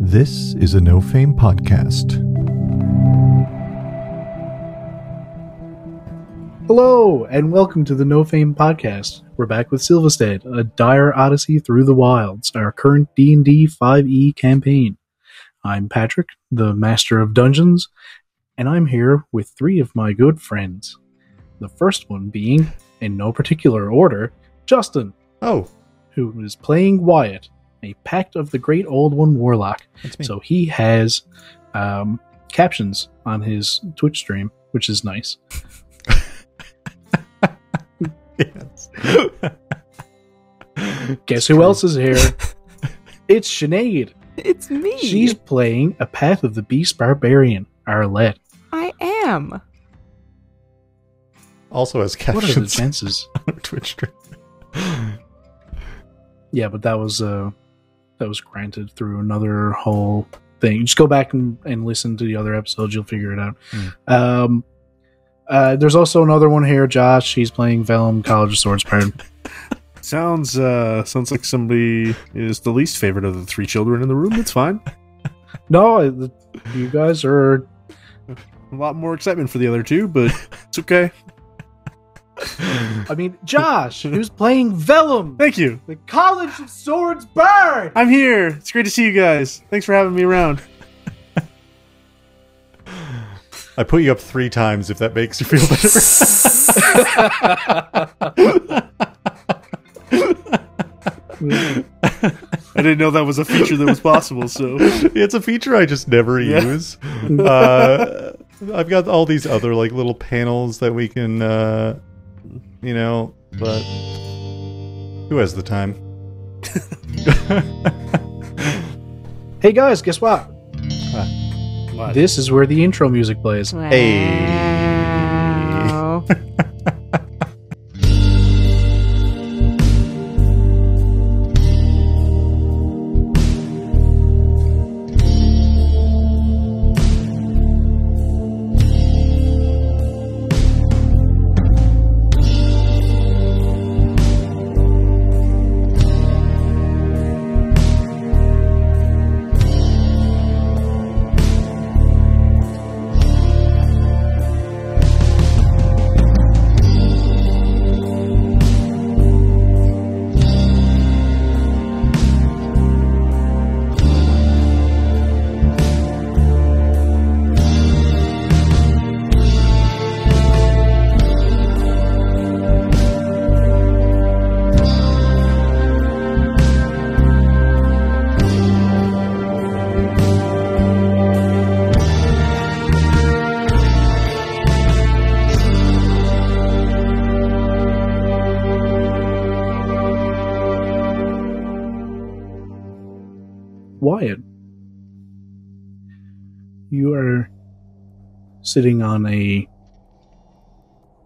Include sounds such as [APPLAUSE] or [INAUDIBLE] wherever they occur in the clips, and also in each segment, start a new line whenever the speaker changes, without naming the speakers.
This is a No Fame podcast.
Hello, and welcome to the No Fame Podcast. We're back with Silvestead, a dire odyssey through the wilds, our current D&D 5e E campaign. I'm Patrick, the master of dungeons, and I'm here with three of my good friends. The first one being, in no particular order, Justin,
Oh,
who is playing Wyatt, a Pact of the Great Old One warlock.
that's me.
So he has um, captions on his Twitch stream, which is nice.
Yes.
Guess who else is here? it's Sinead.
It's me.
She's playing a Path of the Beast Barbarian, Arlette.
I am.
[LAUGHS] also has
What are the
captions on
chances?
her Twitch stream.
Yeah, but that was uh that was granted through another whole thing. Just go back and, and listen to the other episodes, you'll figure it out. Um uh, there's also another one here, Josh. He's playing Vellum College of Swords Pirate.
Sounds uh sounds like somebody is the least favorite of the three children in the room. It's fine.
no, I- you guys are
A lot more excitement for the other two, but it's okay.
I mean, Josh, who's playing Vellum,
Thank you.
the College of Swords Bird.
I'm here. It's great to see you guys. Thanks for having me around.
I put you up three times if that makes you feel
[LAUGHS]
better.
I didn't know that was a feature that was possible, so
it's a feature I just never
[LAUGHS]
Yeah.
use. Uh, I've got all these other like little panels that we can, uh, you know, but who has the time?
Hey guys, guess what?
What?
This is where the intro music plays. [LAUGHS]
Wow.
Wyatt, you are sitting on a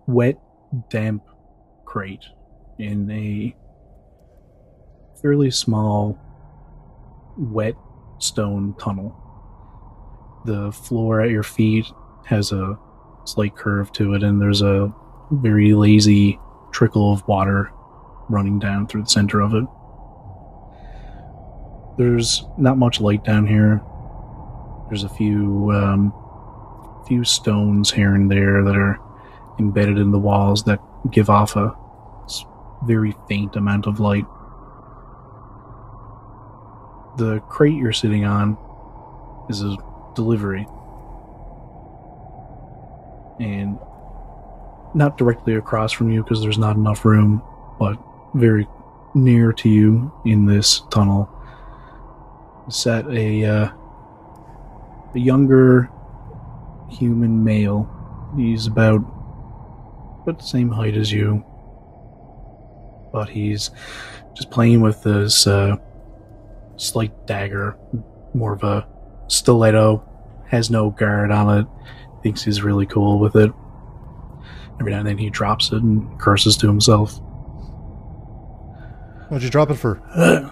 wet, damp crate in a fairly small, wet stone tunnel. The floor at your feet has a slight curve to it, and there's a very lazy trickle of water running down through the center of it. There's not much light down here. There's a few um, few stones here and there that are embedded in the walls that give off a s- very faint amount of light. The crate you're sitting on is a delivery. And not directly across from you because there's not enough room, but very near to you in this tunnel sat a uh, a younger human male. He's about about the same height as you, but he's just playing with this uh, slight dagger, more of a stiletto. Has no guard on it. Thinks he's really cool with it. Every now and then he drops it and curses to himself.
What'd you drop it for?
Uh,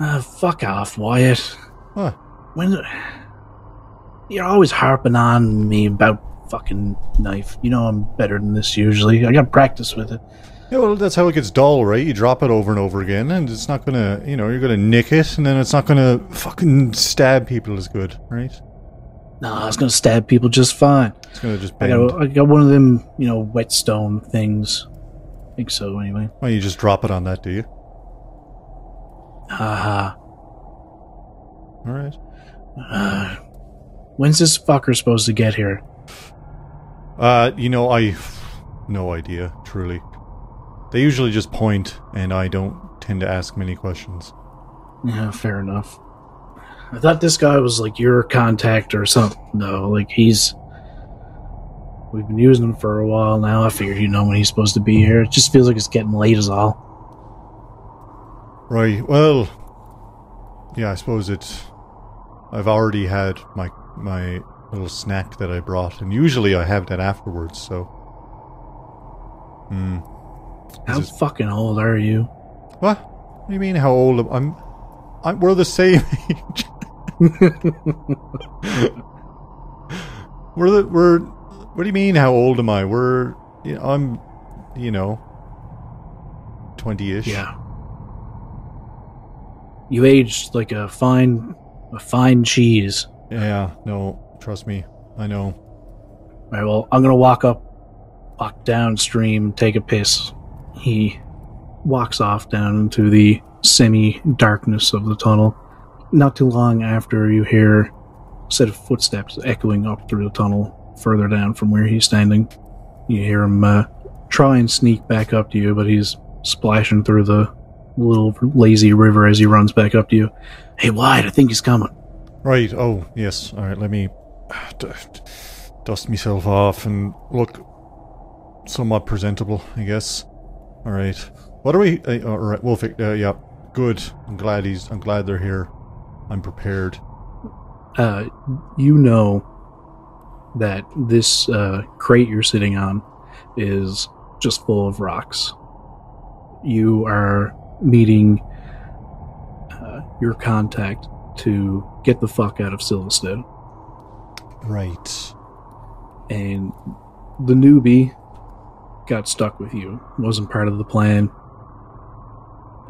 uh, fuck off, Wyatt.
Huh.
When you're always harping on me about fucking knife. You know I'm better than this usually. I got practice with it.
Yeah, well, that's how it gets dull, right? You drop it over and over again, and it's not gonna, you know, you're gonna nick it, and then it's not gonna fucking stab people as good, right?
Nah, it's gonna stab people just fine.
It's gonna just
I
bend.
got, I got one of them, you know, whetstone things. I think so, anyway.
Why you just drop it on that, do you?
Haha.
All right.
Uh, when's this fucker supposed to get here?
Uh, you know, I no idea, truly. They usually just point, and I don't tend to ask many questions.
Yeah, fair enough. I thought this guy was like your contact or something, though. Like he's. We've been using him for a while now. I figured you know when he's supposed to be here. It just feels like it's getting late, is all.
Right. Well, yeah, I suppose it's. I've already had my my little snack that I brought, and usually I have that afterwards. So. Hmm.
How
Is it-
fucking old are you?
What? What do you mean? How old? am- I'm. I'm. We're the same [LAUGHS] age. we're the. We're. What do you mean? How old am I? We're. You know, I'm. You know. Twenty-ish.
Yeah. You aged like a fine, a fine cheese.
Yeah. No. Trust me. I know.
All right. Well, I'm gonna walk up, walk downstream, take a piss. He walks off down into the semi-darkness of the tunnel. Not too long after, you hear a set of footsteps echoing up through the tunnel further down from where he's standing. You hear him uh, try and sneak back up to you, but he's splashing through the little lazy river as he runs back up to you. Hey, Wide, I think he's coming.
Right. Oh. Yes. All right. Let me d- d- dust myself off and look somewhat presentable, I guess. All right. What are we? Uh, all right. We'll fix. Uh, yeah. Good. I'm glad he's. I'm glad they're here. I'm prepared.
uh, you know that this uh, crate you're sitting on is just full of rocks. You are meeting uh, your contact to get the fuck out of Silverstone,
Right.
and the newbie got stuck with you, wasn't part of the plan,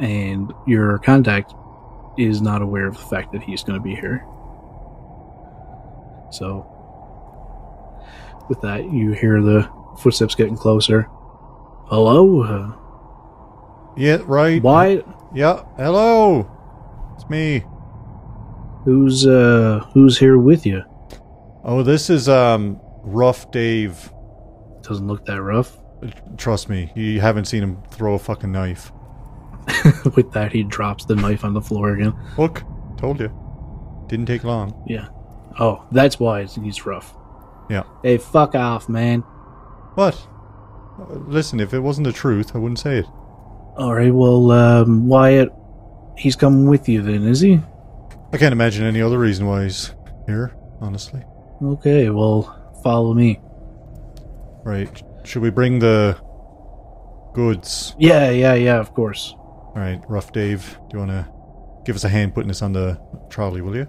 and your contact is not aware of the fact that he's going to be here. So, with that, you hear the footsteps getting closer. Hello, uh,
Yeah. Right.
why?
Yeah. Hello. It's me.
Who's uh, who's here with you?
Oh, this is um rough Dave.
Doesn't look that rough. [LAUGHS]
Trust me. You haven't seen him throw a fucking knife.
with that, he drops the knife on the floor again.
Look. Told you. Didn't take long.
Yeah. Oh, that's why it's, he's rough.
Yeah.
Hey, fuck off, man.
What? Uh, Listen, if it wasn't the truth, I wouldn't say it.
All right, well, um, Wyatt, he's coming with you then, is he?
I can't imagine any other reason why he's here, honestly.
Okay, well, follow me.
Right. Should we bring the goods?
Yeah, yeah, yeah, of course.
All right, Rough Dave, do you want to give us a hand putting this on the trolley, will you?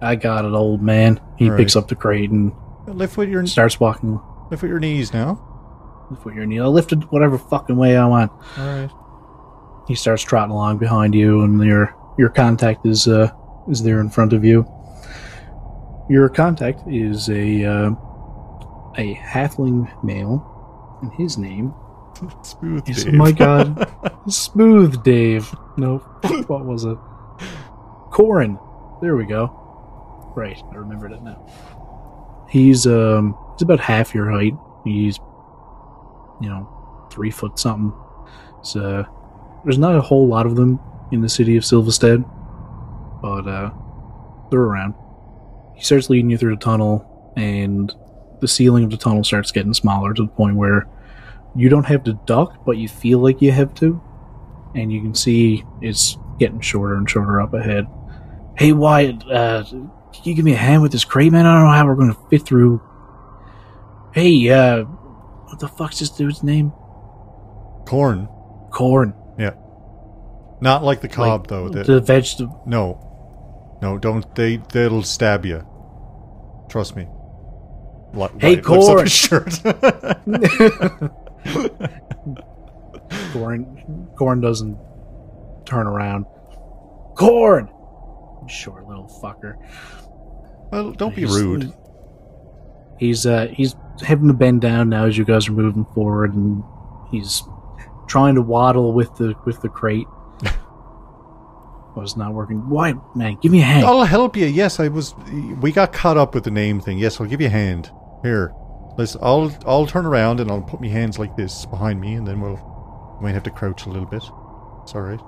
I got it, old man. He
All
picks
right.
up the crate and
Lift with your
starts walking.
lift with your knees now.
Lift what your knee. I lifted whatever fucking way I want.
All right.
He starts trotting along behind you, and your your contact is uh, is there in front of you. Your contact is a uh, a halfling male, and his name
Smooth
Yes,
Dave.
my God. Smooth Dave. No, what was it? Corin. There we go. Right, I remembered it now. He's um, he's about half your height. He's, you know, three foot something. So there's not a whole lot of them in the city of Silvestead, but uh, they're around. He starts leading you through the tunnel, and the ceiling of the tunnel starts getting smaller to the point where you don't have to duck, but you feel like you have to. And you can see it's getting shorter and shorter up ahead. Hey, Wyatt, uh, can you give me a hand with this crate, man? I don't know how we're going to fit through. Hey, uh, what the fuck's this dude's name?
Corn.
Corn.
Not like the cob though. that-
The vegetable.
no. No, don't they they'll stab you. Trust me. Li-
Hey,
Wyatt lifts up
Corn.
his shirt.
Gorn, Gorn doesn't turn around. Gorn, short little fucker.
[LAUGHS] Well, don't be
He's-
rude.
He's uh, he's having to bend down now as you guys are moving forward, and he's trying to waddle with the with
[LAUGHS]
the crate. well, it's not working. Why, man? Give me a [LAUGHS] hand.
I'll help you. Yes, I was. We got caught up with the name thing. Yes, I'll give you a hand. Here, let's. I'll. I'll turn around and I'll put my hands like this behind me, and then we'll. We might have to crouch a little bit. It's all right.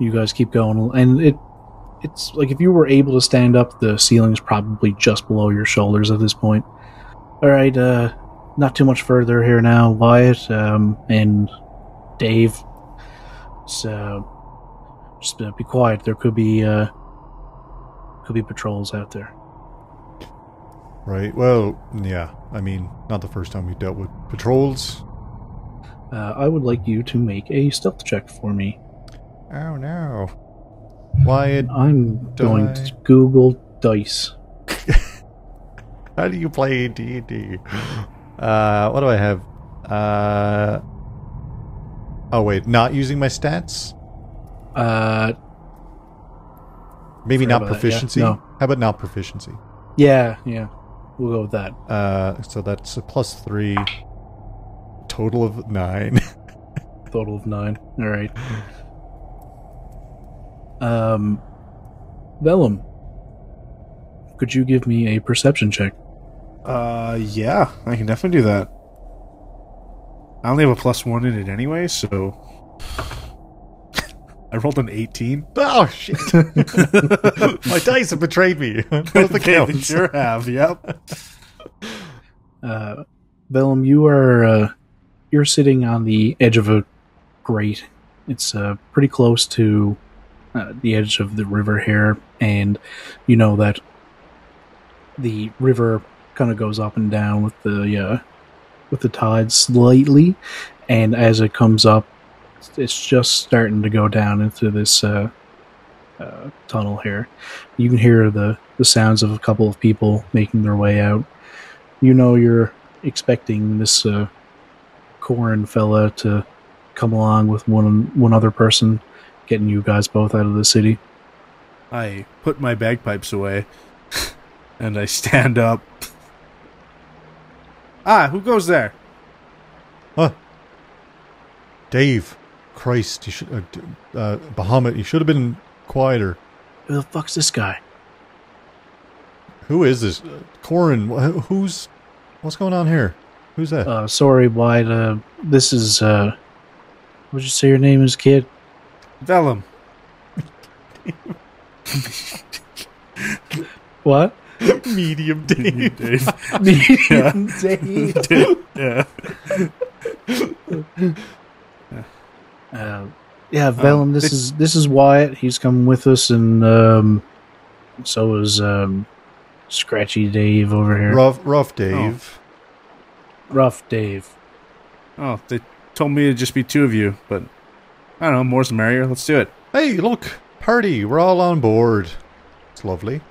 You guys keep going, and it it's like if you were able to stand up, the ceiling's probably just below your shoulders at this point. All right, uh, not too much further here now, Wyatt um, and Dave. So just uh, be quiet. There could be uh, could be patrols out there.
Right. Well, yeah. I mean, not the first time we've dealt with patrols.
Uh, I would like you to make a stealth check for me.
Oh no. Wyatt,
I'm going
Die.
to Google dice.
how do you play D D? [GASPS] Uh, what do I have? Uh. Oh wait, not using my stats.
Uh,
Maybe
Forgot
not
about that, yeah.
proficiency.
No.
How about not proficiency?
yeah, yeah, we'll go with that.
Uh, so that's a plus three. Total of nine. [LAUGHS]
total of nine. All right. Um, Vellum, could you give me a perception check?
Uh, yeah, I can definitely do that. I only have a plus one in it anyway, so [LAUGHS] I rolled an eighteen. [LAUGHS]
oh shit! My dice have betrayed me. [LAUGHS]
[LAUGHS]
Both
They
accounts.
sure have. Yep.
Uh, Vellum, you are uh, you're sitting on the edge of a grate. It's uh, pretty close to uh, the edge of the river here, and you know that the river kind of goes up and down with the uh, with the tide slightly, and as it comes up, it's- it's just starting to go down into this uh, uh, tunnel here. You can hear the the sounds of a couple of people making their way out you know you're expecting this uh, Corin fella to come along with one one other person, getting you guys both out of the city.
I put my bagpipes away, [LAUGHS] and I stand up. Ah, who goes there?
Huh. Dave, Christ, you should. Uh, d- uh, Bahamut, you should have been quieter.
Who the fuck's this guy?
Who is this? Uh, Corin, wh- who's? What's going on here? Who's that?
Uh, sorry, Wyatt. Uh, this is. Uh, what'd you say your name is, kid?
[LAUGHS] Vellum.
What?
Medium Dave.
Dave.
Dave.
yeah.
[LAUGHS] Uh, yeah, Vellum. this
it-
is this is Wyatt. He's coming with us, and um, so is um, Scratchy Dave over here.
rough, rough Dave.
Rough Dave.
Oh, they told me it'd just be two of you, but I don't know. More's the merrier. Let's do it.
Hey, look, party. We're all on board. It's lovely.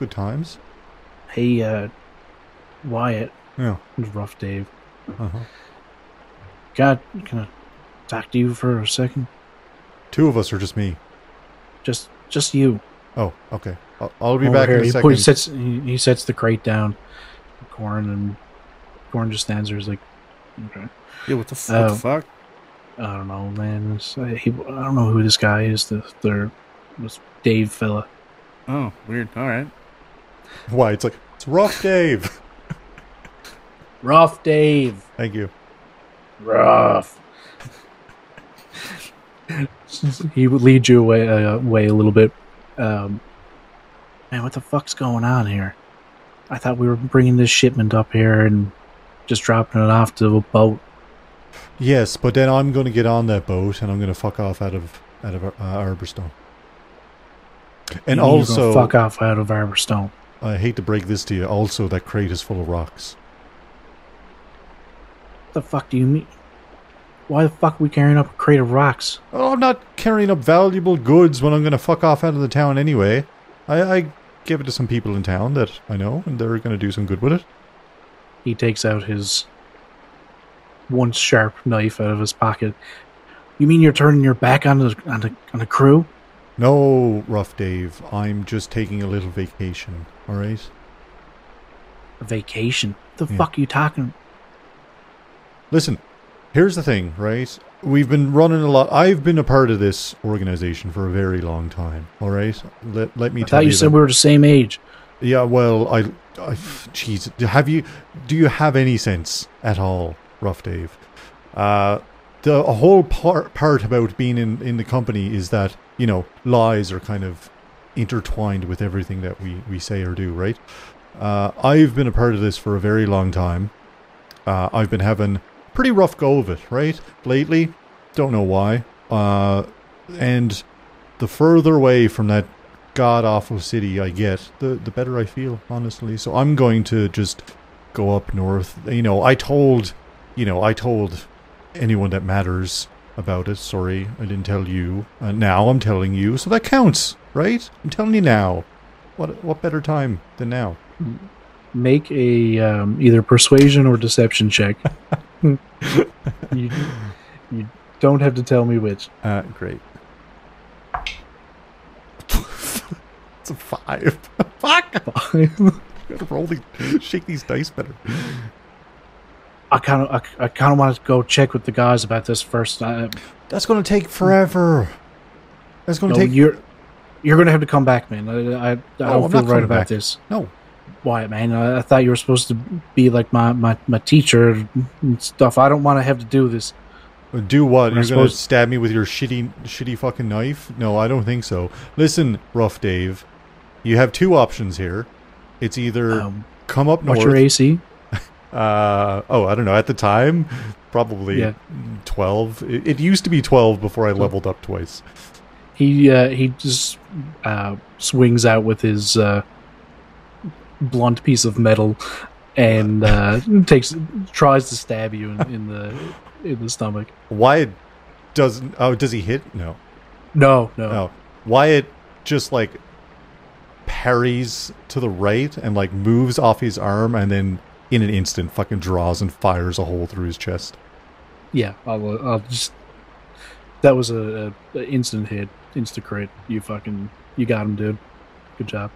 Good times.
Hey, uh, Wyatt,
Yeah.
it's rough Dave.
Uh-huh.
God, can I talk to you for a second?
Two of us are just me.
Just, just you.
Oh, okay. I'll, I'll be
Over
back
here.
in a
he,
second.
puts- sets, he, he sets the crate down. Corn and Corn just stands there. He's like, okay.
Yeah, what the, f-
Oh.
what
I don't know, man. It's, I, he, I don't know who this guy is. The third, this Dave fella.
the fuck? Oh, weird. All right.
[LAUGHS]
[LAUGHS]
Why? It's like it's rough, Dave. [LAUGHS]
Rough Dave.
Thank you.
Rough. [LAUGHS] he would lead you away, uh, away a little bit. Um, man, what the fuck's going on here? I thought we were bringing this shipment up here and just dropping it off to a boat.
Yes, but then I'm going to get on that boat and I'm going to fuck off out of out of uh, Arborstone. And
you were gonna
also,
fuck off out of Arborstone.
I hate to break this to you. Also, that crate is full of rocks.
What the fuck do you mean? Why the fuck are we carrying up a crate of rocks?
Oh, I'm not carrying up valuable goods when I'm going to fuck off out of the town anyway. I, I give it to some people in town that I know, and they're going to do some good with it.
He takes out his one sharp knife out of his pocket. You mean you're turning your back on the on the on the crew?
No, Rough Dave. I'm just taking a little vacation, alright?
A vacation? The
Yeah.
fuck are you talking?
Listen, here's the thing, right? We've been running a lot. I've been a part of this organization for a very long time, alright? Let, let me
I
tell
thought you
that-
said we were the same age.
Yeah, well, I, I, jeez, do- have you, do you have any sense at all, Rough Dave? Uh, the whole part part about being in in the company is that you know lies are kind of intertwined with everything that we we say or do, right? Uh, I've been a part of this for a very long time. Uh, I've been having pretty rough go of it, right? Lately, don't know why. Uh, and the further away from that god awful city I get, the the better I feel, honestly. So I'm going to just go up north. You know, I told, you know, I told anyone that matters about it. Sorry, I didn't tell you. Uh, now I'm telling you, so that counts, right? I'm telling you now. What what better time than now?
Make a um, either persuasion or
[LAUGHS]
deception check. you, you don't have to tell me which. [LAUGHS]
Uh, great. [LAUGHS] it's a five. [LAUGHS] Fuck! Gotta roll these, shake these dice better.
I kind of I, I kind of want to go check with the guys about this first. Uh,
That's gonna take forever. That's gonna
no,
take
you're you're gonna have to come back, man. I
Oh,
I, I
I'm
don't
not
feel right
coming
about
back.
this.
no.
Why, man? I, I thought you were supposed to be like my my my teacher and stuff. I don't want to have to do this.
Do what? You're
I
gonna
suppose-
stab me with your shitty, shitty fucking knife? No, I don't think so. Listen, rough Dave, you have two options here. It's either
Um,
come up north.
what's your AC?
uh, oh, I don't know. At the time, probably
Yeah.
twelve. It, it used to be twelve before I leveled up twice.
He uh, he just uh, swings out with his uh, blunt piece of metal and uh, takes tries to stab you in, in the in the stomach.
Wyatt doesn't. Oh, does he hit? No,
No, no.
no. Wyatt just like parries to the right and like moves off his arm, and then in an instant, fucking draws and fires a hole through his chest.
Yeah, I'll, uh, I'll just. That was a, a, a instant hit, insta crit. You fucking, you got him, dude. Good job.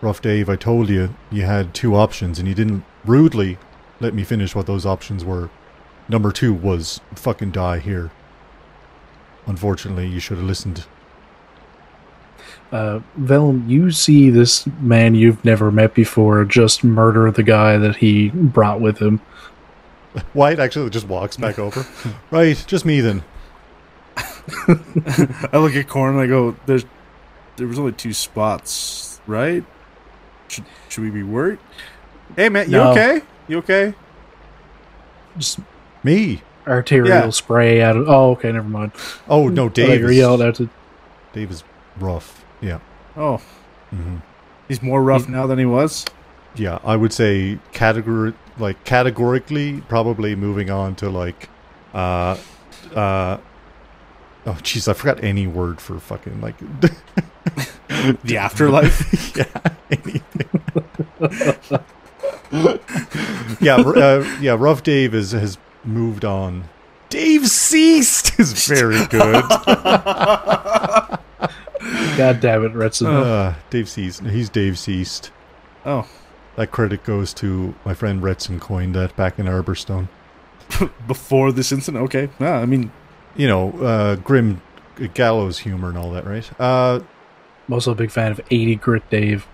Rough Dave, I told you you had two options and you didn't rudely let me finish what those options were. Number two was fucking die here. Unfortunately, you should have listened.
Uh, Vellum, you see this man you've never met before just murder the guy that he brought with him.
White actually just walks back over. Right, just me then.
I look at Corn and I go, "There's, there was only two spots, right? Should, should we be worried?" Hey, man, you
No.
okay? You okay?
Just
Me?
arterial
Yeah.
spray out of. Oh, okay, never mind.
Oh no,
Dave,
Dave.
you
Is,
yelled out to.
Dave is rough. Yeah.
Oh,
hmm
he's more rough now than
[LAUGHS]
he was.
Yeah, I would say categor like categorically probably moving on to like uh uh oh jeez, I forgot any word for fucking like [LAUGHS]
The afterlife. [LAUGHS]
yeah, anything. [LAUGHS] yeah, r- uh, yeah. Rough Dave is, has moved on. Dave ceased is very good.
God damn it, Retson.
uh, Dave ceased. He's Dave ceased.
oh,
That credit goes to my friend Retson coined that back in Arborstone.
before this incident. Okay. Nah, I mean,
You know, uh, grim gallows humor and all that, right? Uh,
I'm also a big fan of 80 Grit Dave.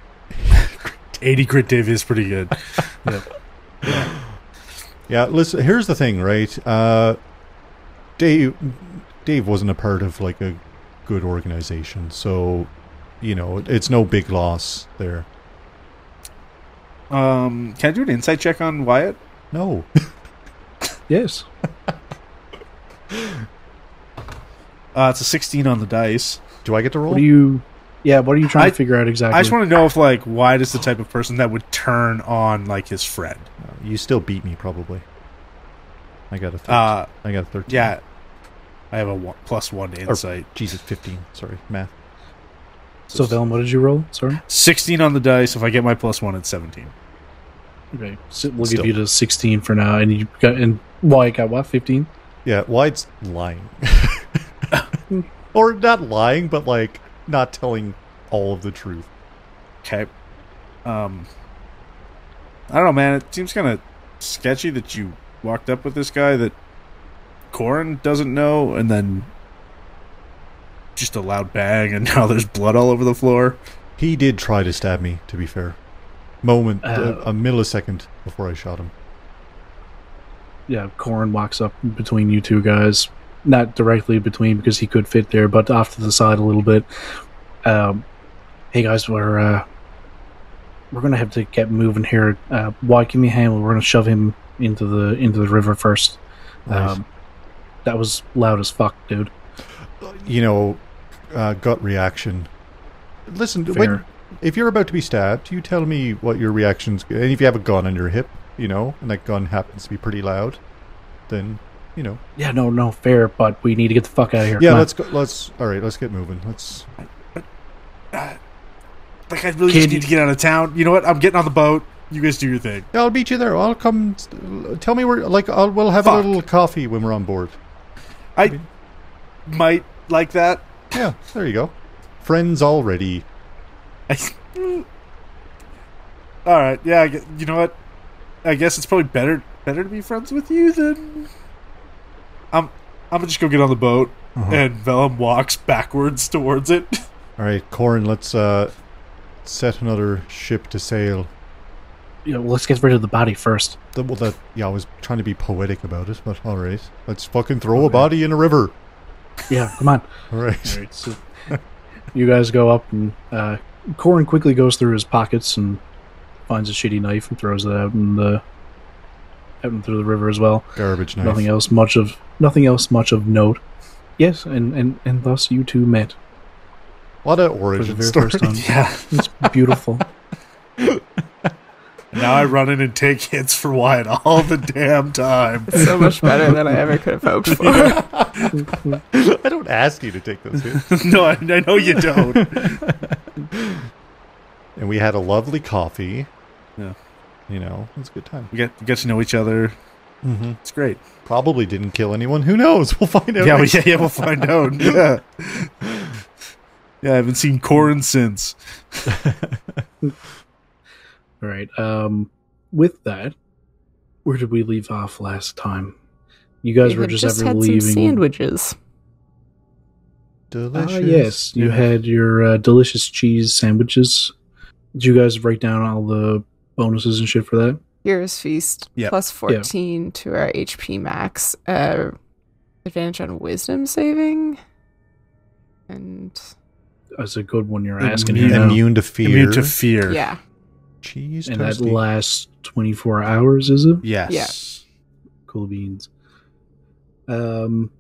eighty grit Dave is pretty good. [LAUGHS]
Yeah, listen. Here's the thing, right? Uh, Dave, Dave wasn't a part of like a good organization, so you know it- it's no big loss there.
Um, can I do an insight check on Wyatt?
No, [LAUGHS]
Yes.
Uh, it's a sixteen on the dice.
do I get to roll?
What are you. Yeah, what are you trying
I-
to figure out exactly?
I just want to know if like Wyatt is the type of person that would turn on like his friend.
Uh, you still beat me, probably. I got a. 13.
Uh,
I got a thirteen.
yeah, I have a one, plus one to
Or-
insight.
Jesus, fifteen. Sorry, math.
so, Vellum, what did you roll? Sorry?
16 on the dice. If I get my plus one, it's 17.
Okay, so we'll
Still.
give you to sixteen for now, and you got and Why I got what? Fifteen.
Yeah, White's lying. [LAUGHS] or not lying, but like not telling all of the truth.
Okay. Um, I don't know, man. It seems kind of sketchy that you walked up with this guy that Corin doesn't know, and then just a loud bang, and [LAUGHS] now there's blood all over the floor.
He did try to stab me, to be fair. Moment,
Uh.
a, a millisecond before I shot him.
Yeah, Corin walks up between you two guys, not directly between because he could fit there, but off to the side a little bit. Um, hey guys, we're uh, we're gonna have to get moving here. Uh, why give me a hand? We're gonna shove him into the into the river first.
Nice.
Um, that was loud as fuck, dude.
you know, uh, gut reaction. Listen, when,
Fair.
if you're about to be stabbed, you tell me what your reactions. And if you have a gun on your hip, you know, and that gun happens to be pretty loud, then you know.
Yeah, no, no, fair, but we need to get the fuck out of here.
yeah,
Come on.
let's go. Let's all right. Let's get moving. Let's.
Like, I
Kid-
really just need to get out of town. You know what? I'm getting on the boat. You guys do your thing.
Yeah, I'll meet you there. I'll come. st- Tell me where. Like, I'll, we'll have a
Fuck.
little coffee when we're on board.
I might like that.
Yeah, there you go. Friends already.
I, [LAUGHS] all right. Yeah. I gue- you know what? I guess it's probably better better to be friends with you than. I'm. I'm gonna just go get on the boat,
Uh-huh.
and Vellum walks backwards towards it.
All right, Corin. Let's uh, set another ship to sail.
Yeah, well, let's get rid of the body first.
The, well, that yeah, I was trying to be poetic about it, but all right, let's fucking
Oh,
throw a body in a river.
Yeah, come on.
[LAUGHS] All right,
All right, so you guys go up, and uh, Corin quickly goes through his pockets and finds a shitty knife and throws it out in the out and through the river as well.
garbage knife.
Nothing else much of nothing else much of note. Yes, and and and thus you two met
What an
for the
origin
very
story.
first time.
[LAUGHS] yeah.
It's beautiful.
Now I run in and take hits for Wyatt all the damn time. [LAUGHS]
It's so much better than I ever could have hoped for.
[LAUGHS] I don't ask you to take those
[LAUGHS]
hits.
no, I, I know [LAUGHS] you don't.
and we had a lovely coffee.
Yeah.
you know, it's a good time.
We get we get to know each other.
Mm-hmm.
It's great.
Probably didn't kill anyone. Who knows? [LAUGHS] We'll find out.
Yeah, we,
next-
yeah, yeah. We'll find out. [LAUGHS] Yeah. Yeah, I haven't seen Corin since.
All right. Um, with that, where did we leave off last time? You guys
We
were
had
just, ever
had
leaving.
some sandwiches.
Ah,
Ah,
delicious.
yes, you had your uh, delicious cheese sandwiches. Did you guys write down all the bonuses and shit for that?
Hero's Feast
Yeah.
plus 14 to our HP max. Uh, advantage on wisdom saving. And
That's a good one you're
Immune-
asking.
you know.
immune to fear.
Immune to fear.
yeah.
Cheese
and that
toasty.
lasts 24 hours, is it?
Yes.
Cool beans. Um,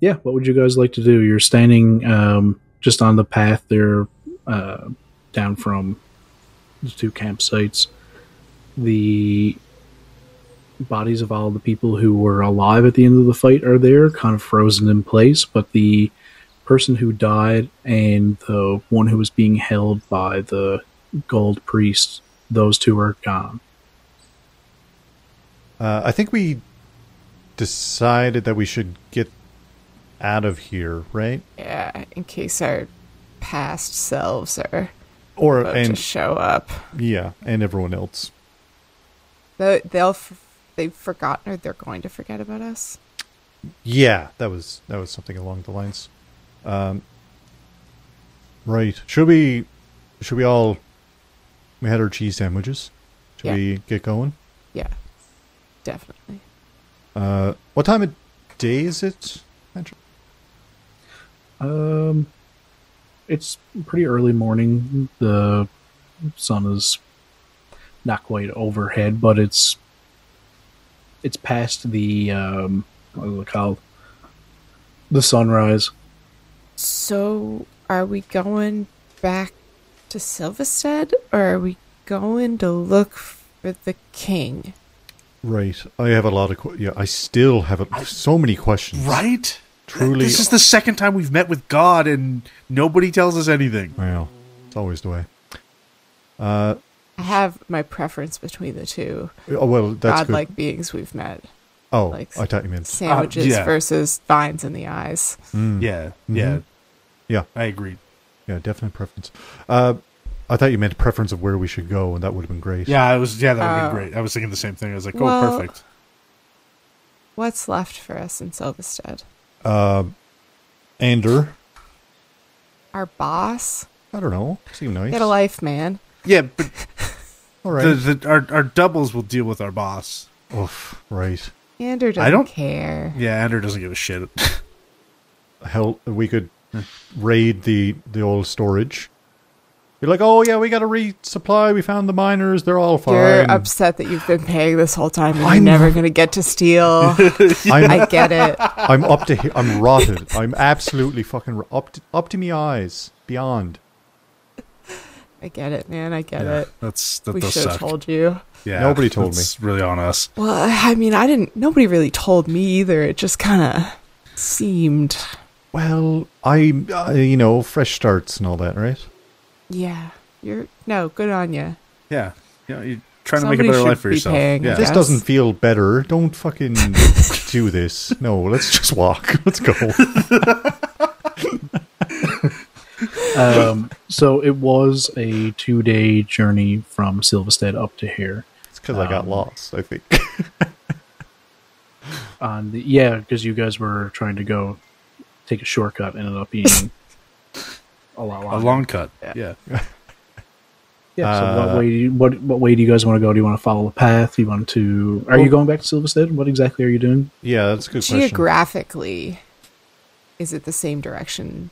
yeah, what would you guys like to do? You're standing um, just on the path there, uh, down from the two campsites. The bodies of all the people who were alive at the end of the fight are there, kind of frozen in place, but the person who died and the one who was being held by the gold priest, those two are gone.
Uh, I think we decided that we should get out of here, right?
Yeah. In case our past selves are
Or
about
and
to show up.
yeah, and everyone else.
They- They'll f- they've forgotten or they're going to forget about us.
Yeah, that was that was something along the lines. Um, right? Should we? Should we all? We had our cheese sandwiches. Should
Yeah.
we get going?
Yeah, definitely.
Uh, what time of day is it? Andrew?
Um, it's pretty early morning. The sun is not quite overhead, but it's it's past the um, what is it called? The sunrise.
So, are we going back to Silvestead, or are we going to look for the king?
Right. I have a lot of. Que- yeah, I still have a, so many questions.
Right?
Truly.
This is the second time we've met with God and nobody tells us anything.
Well, it's always the way. Uh,
I have my preference between the two
oh well, that's good.
godlike beings we've met.
Oh,
Like-
I thought you meant.
Sandwiches
yeah.
versus vines in the eyes.
Mm.
Yeah, Hmm. Mm-hmm. yeah,
Yeah.
I agree.
Yeah, definite preference. Uh, I thought you meant preference of where we should go, and that would have been great.
Yeah, I was. Yeah, that would have been
Uh,
great. I was thinking the same thing. I was like, oh,
well-
perfect.
What's left for us in Silverstead?
Uh, Ander,
Our boss?
I don't know. Seemed nice.
Get a life, man.
Yeah, but
All
the,
right.
the, our our doubles will deal with our boss.
Oof, right.
Andrew doesn't
don't-
care.
Yeah, Andrew doesn't give a [LAUGHS] shit.
Hell, we could raid the the old storage. You're like, oh yeah, we got to resupply. We found the miners. They're all fine.
You're upset that you've been paying this whole time and you're never going to get to steal.
I'm,
I
[LAUGHS]
get it.
I'm up to. he- I'm rotted. I'm absolutely fucking ro- up to, up to me eyes. Beyond.
I get it, man. I get
yeah,
it.
that's that
We
does
should have
suck.
told you.
yeah,
Nobody told me.
It's really on us.
Well, I mean, I didn't. Nobody really told me either. It just kind of seemed.
Well, I, I you know, fresh starts and all that, right?
Yeah, you're no good on you.
Yeah, yeah, you're trying to
Somebody
make a better
should
life for
be
yourself.
paying
yeah,
This
Yes.
doesn't feel better. Don't fucking [LAUGHS] do this. No, let's just walk. [LAUGHS] Let's go.
Um, so it was a two day journey from Silverstead up to here.
It's because I got lost. I think. [LAUGHS]
On the, yeah, because you guys were trying to go take a shortcut, ended up being a lot
a
longer.
long cut. Yeah,
yeah, so
uh,
what way? Do you, what what way do you guys want to go? Do you want to follow the path? Do you want to? Are you going back to Silverstead? What exactly are you doing?
Yeah, that's a good question.
Geographically, is it the same direction?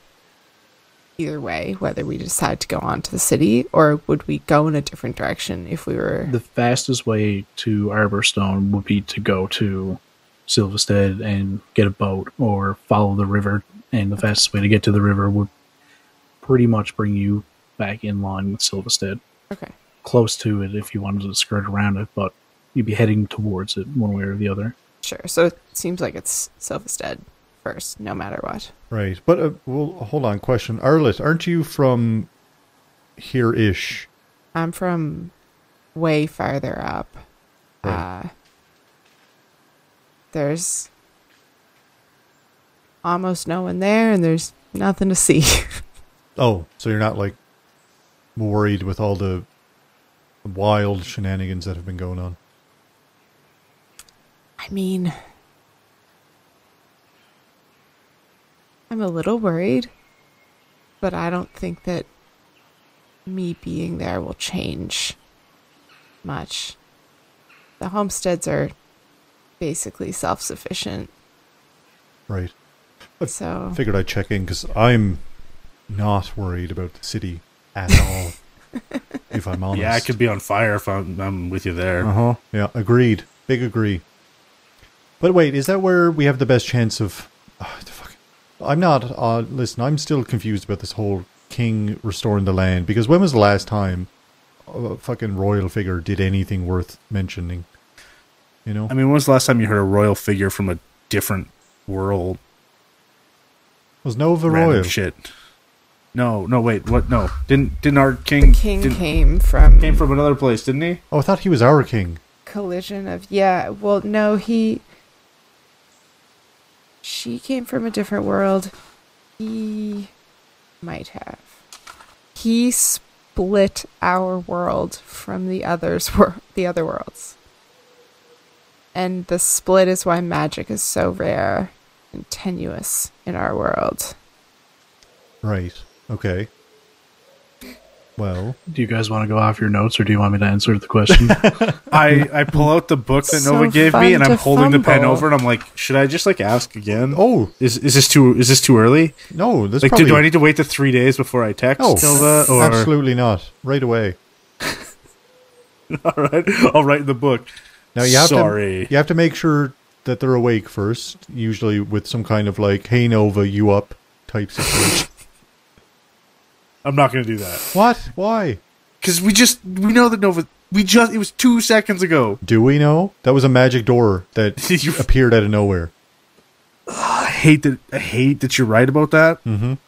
Either way, whether we decide to go on to the city or would we go in a different direction if we were
The fastest way to Arborstone would be to go to Silverstead and get a boat, or follow the river. And the fastest way to get to the river would pretty much bring you back in line with Silverstead.
okay?
close to it if you wanted to skirt around it, but you'd be heading towards it one way or the other.
Sure. So it seems like it's Silverstead first, no matter what.
Right, but uh, well, hold on. Question, Arlet, aren't you from here-ish?
I'm from way farther up.
Right.
Uh, there's almost no one there, and there's nothing to see. [LAUGHS]
Oh, so you're not like worried with all the wild shenanigans that have been going on?
I mean, I'm a little worried, but I don't think that me being there will change much. The homesteads are basically self sufficient,
Right.
so.
Figured I'd check in because I'm not worried about the city at all. if I'm honest.
[LAUGHS] yeah, I could be on fire if I'm, I'm with you there.
Uh huh. Yeah, agreed. Big agree. But wait, is that where we have the best chance of? Ah, the fuck. I'm not. Uh, listen, I'm still confused about this whole king restoring the land because when was the last time a fucking royal figure did anything worth mentioning? You know,
I mean, when was the last time you heard a royal figure from a different world?
was Nova
random
royal?
shit. No, no, wait, what? No, didn't didn't our king
King
didn't-
came from
came from another place, didn't he?
Oh, I thought he was our king.
collision of yeah. Well, no, he she came from a different world. He might have. He split our world from the others wor- the other worlds. And the split is why magic is so rare and tenuous in our world.
Right. Okay. Well,
Do you guys want to go off your notes, or do you want me to answer the question?
I I pull out the book that
So
Nova gave me, and
fun
I'm
to
holding the pen
fumble.
over, and I'm like, should I just like ask again?
oh
is is this too is this too early?
no, this
like, do,
probably Oh,
do I need to wait the three days before I text
No.
Nova? Or
absolutely not. Right away.
all right, [LAUGHS] I'll write in the book.
Now you have
Sorry.
to you have to make sure that they're awake first, usually with some kind of like "Hey Nova, you up?" type
[LAUGHS]
situation.
I'm not gonna do that
what? Why?
because we just we know that Nova. We just it was two seconds ago.
Do we know that was a magic door that
[LAUGHS] You-
appeared out of nowhere?
I hate that. I hate that you're right about that. Mm-hmm. [SIGHS]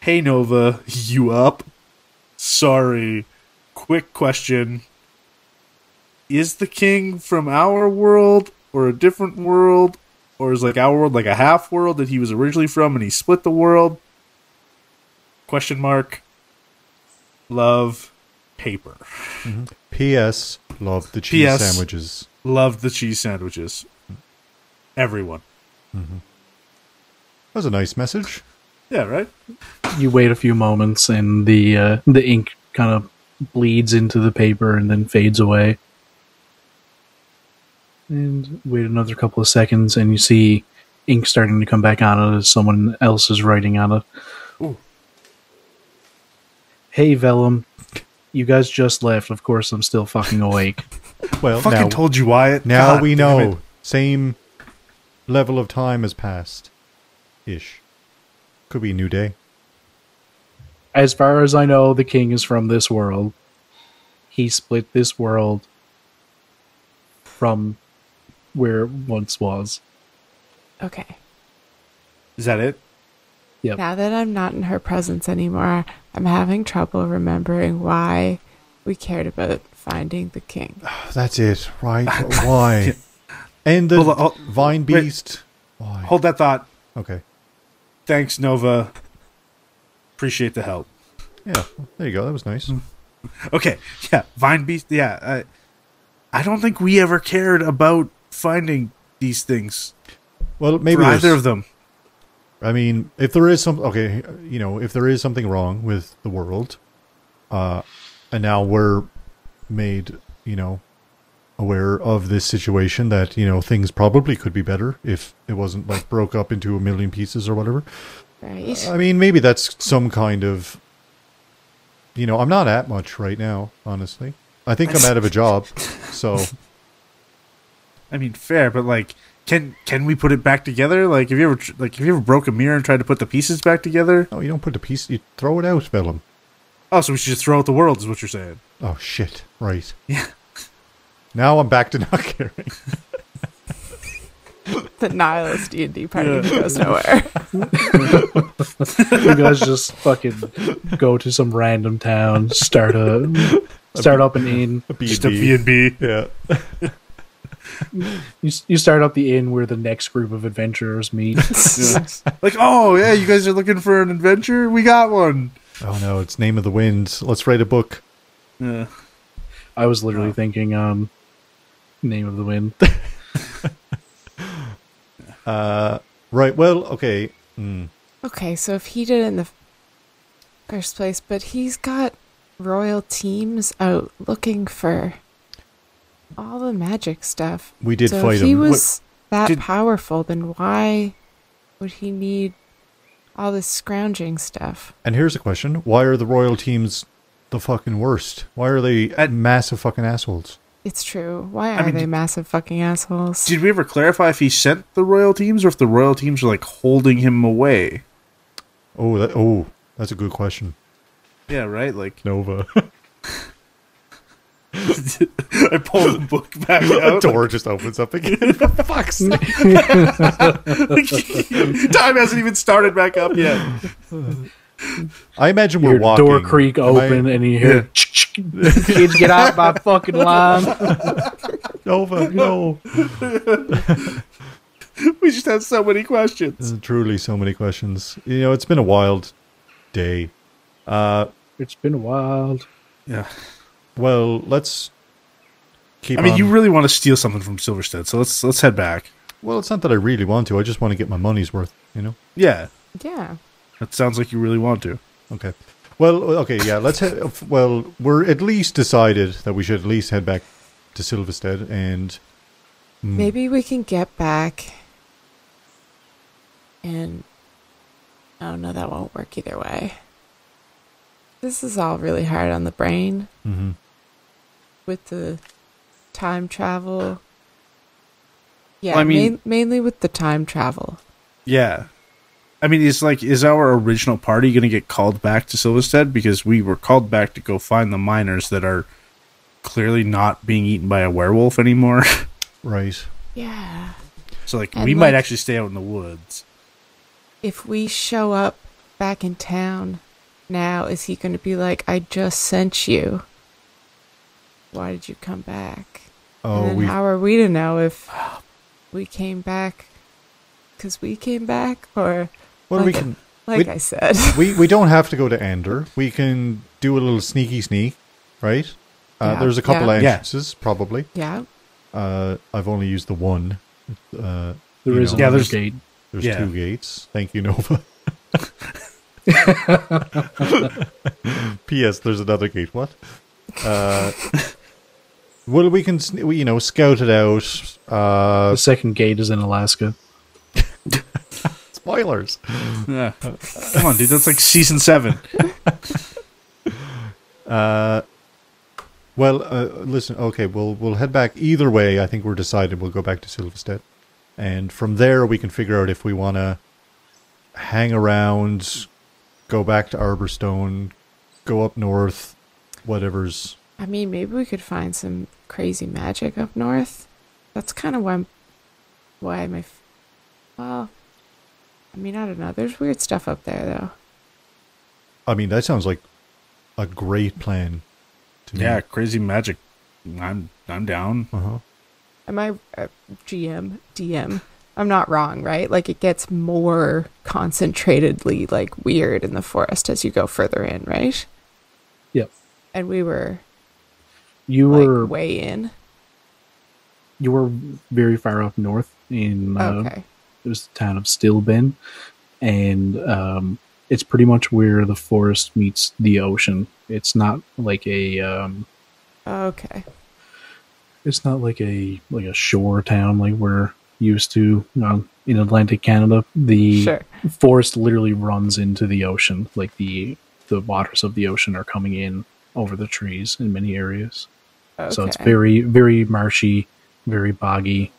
Hey Nova, you up? Sorry. Quick question. is the king from our world or a different world, or is like our world like a half world that he was originally from and he split the world? Question mark. Love paper.
P.S. Love the cheese
P.S..
sandwiches.
Loved the cheese sandwiches. Everyone.
That was a nice message.
Yeah, right?
You wait a few moments, and the uh, the ink kind of bleeds into the paper and then fades away. And wait another couple of seconds, and you see ink starting to come back on it as someone else is writing on it.
Ooh.
Hey, Vellum. You guys just left. Of course, I'm still fucking awake.
Well,
Fucking
now,
told you, Wyatt.
now
God
we
damn it.
know. Same level of time has passed. Ish. Could be a new day.
as far as I know, the king is from this world. He split this world from where it once was.
Okay.
Is that it?
Yep.
Now that I'm not in her presence anymore, I'm having trouble remembering why we cared about finding the king.
That's it, [LAUGHS] right? Why? And the
Hold on, hold-
vine
wait.
beast. Why?
Hold that thought.
Okay.
Thanks, Nova. Appreciate the help.
Yeah. There you go. That was nice.
Okay, yeah, Vine Beast. Yeah, I, I don't think we ever cared about finding these things
Well, maybe
for
there's-
either of them.
I mean, if there is some okay, you know, if there is something wrong with the world, uh, and now we're made, you know, aware of this situation that you know things probably could be better if it wasn't like broke up into a million pieces or whatever.
Right?
I mean, maybe that's some kind of, you know, I'm not at much right now, honestly. I think I'm out of a job, so
I mean, fair, but like, can can we put it back together? Like, have you ever tr- like have you ever broke a mirror and tried to put the pieces back together?
no, you don't put the piece, you throw it out, Vellum.
Oh, so we should just throw out the world, is what you're saying?
Oh shit! Right.
Yeah.
Now I'm back to not caring.
[LAUGHS] the nihilist D&D party goes nowhere. [LAUGHS]
you
[LAUGHS]
guys just fucking go to some random town, start a start up an inn.
Just a B and B.
Yeah.
You, s- you start up the inn where the next group of adventurers meet.
[LAUGHS]
Like, oh yeah, you guys are looking for an adventure? We got one.
Oh no, it's Name of the Wind. Let's write a book.
Yeah.
I was literally thinking, um, name of the wind.
Uh, Right. Well, okay. Mm.
Okay, so if he did it in the first place, but he's got royal teams out looking for all the magic stuff.
We did
so
fight
if he
him. What-
was that
did-
powerful, then why would he need all this scrounging stuff?
And here's a question: Why are the royal teams the fucking worst? Why are they
I-
massive fucking assholes?
It's true. Why are
mean,
they
did-
massive fucking assholes?
Did we ever clarify if he sent the royal teams or if the royal teams were like holding him away?
Oh, that, oh, that's a good question.
Yeah, right.
[LAUGHS]
Like, [LAUGHS]
Nova.
I pulled the book [LAUGHS] back out.
door just opens up again.
Fuck's Time hasn't even started back up yet. [LAUGHS]
I imagine we're
Your
walking.
door creak
Am I-
open, and you hear
[LAUGHS]
kids get out my fucking line.
Nova, no.
We just have so many questions.
There's truly so many questions. You know, it's been a wild day.
It's been wild.
Yeah.
Well, let's keep.
I mean,
on-
you really want to steal something from Silverstead, so let's let's head back.
Well, it's not that I really want to. I just want to get my money's worth. You know.
Yeah.
yeah.
That sounds like you really want to.
Okay. Well, okay, yeah. Let's. Head, well, we're at least decided that we should at least head back to Silverstead, and
Hmm.
Maybe we can get back and oh no, that won't work either way. This is all really hard on the brain
mm-hmm,
with the time travel. Yeah,
Well, I mean-
main, mainly with the time travel.
Yeah. I mean, it's like, is our original party going to get called back to Silverstead? Because we were called back to go find the miners that are clearly not being eaten by a werewolf anymore. [LAUGHS]
right.
Yeah.
so, like,
And,
we might
like-
actually stay out in the woods.
If we show up back in town now, is he going to be like, I just sent you? Why did you come back?
Oh,
and
we.
then how are we to know if we came back because we came back or
Well, we
like-
can.
like
we-
I said? [LAUGHS]
We we don't have to go to Ender. We can do a little sneaky sneak, right? Uh,
Yeah.
There's a couple
Yeah.
of
Yeah.
entrances, probably.
yeah.
Uh, I've only used the one. Uh,
There
you
is
know,
Yeah,
another
there's-
gate.
there's
yeah.
two gates. Thank you, Nova. [LAUGHS] P.S. There's another gate. What? Uh, well, we can sn- we, you know scout it out. Uh,
The second gate is in Alaska.
spoilers.
Yeah. Come on, dude. That's like
[LAUGHS]
season seven.
Well, uh, listen. Okay, we'll we'll head back either way. I think we're decided. We'll go back to Silverstead, and from there we can figure out if we want to hang around, go back to Arborstone, go up north, whatever's.
I mean, maybe we could find some crazy magic up north. That's kind of why, I'm- why my, f- well, I mean, I don't know. There's weird stuff up there though.
I mean, that sounds like a great plan. To me.
Yeah, crazy magic. I'm I'm down. [LAUGHS]
Uh-huh.
Am I uh, GM DM? I'm not wrong, right? Like it gets more concentratedly like weird in the forest as you go further in, right?
Yep.
And we were
You
like
were
way in.
you were very far up north in uh,
okay.
it was the town of Stillben, and um, it's pretty much where the forest meets the ocean. It's not like a um,
Okay.
it's not like a like a shore town like we're used to um, in Atlantic Canada. The
Sure.
forest literally runs into the ocean. Like the the waters of the ocean are coming in over the trees in many areas.
Okay.
So it's very very marshy, very boggy.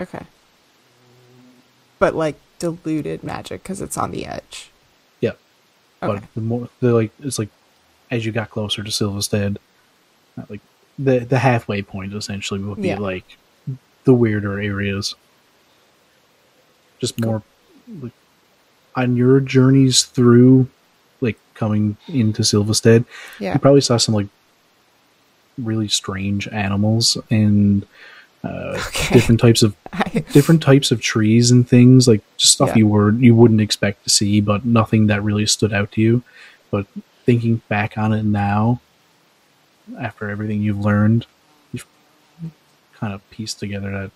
Okay. But like diluted magic because it's on the edge.
Yeah.
Okay.
But the more the like it's like as you got closer to Silverstead, not like the the halfway point essentially would be
Yeah.
like the weirder areas. Just more like on your journeys through like coming into Silverstead,
yeah.
you probably saw some like really strange animals and uh,
[LAUGHS] Okay.
different types of
I,
different types of trees and things like just stuff
Yeah.
you were you wouldn't expect to see but nothing that really stood out to you but thinking back on it now after everything you've learned you've kind of pieced together that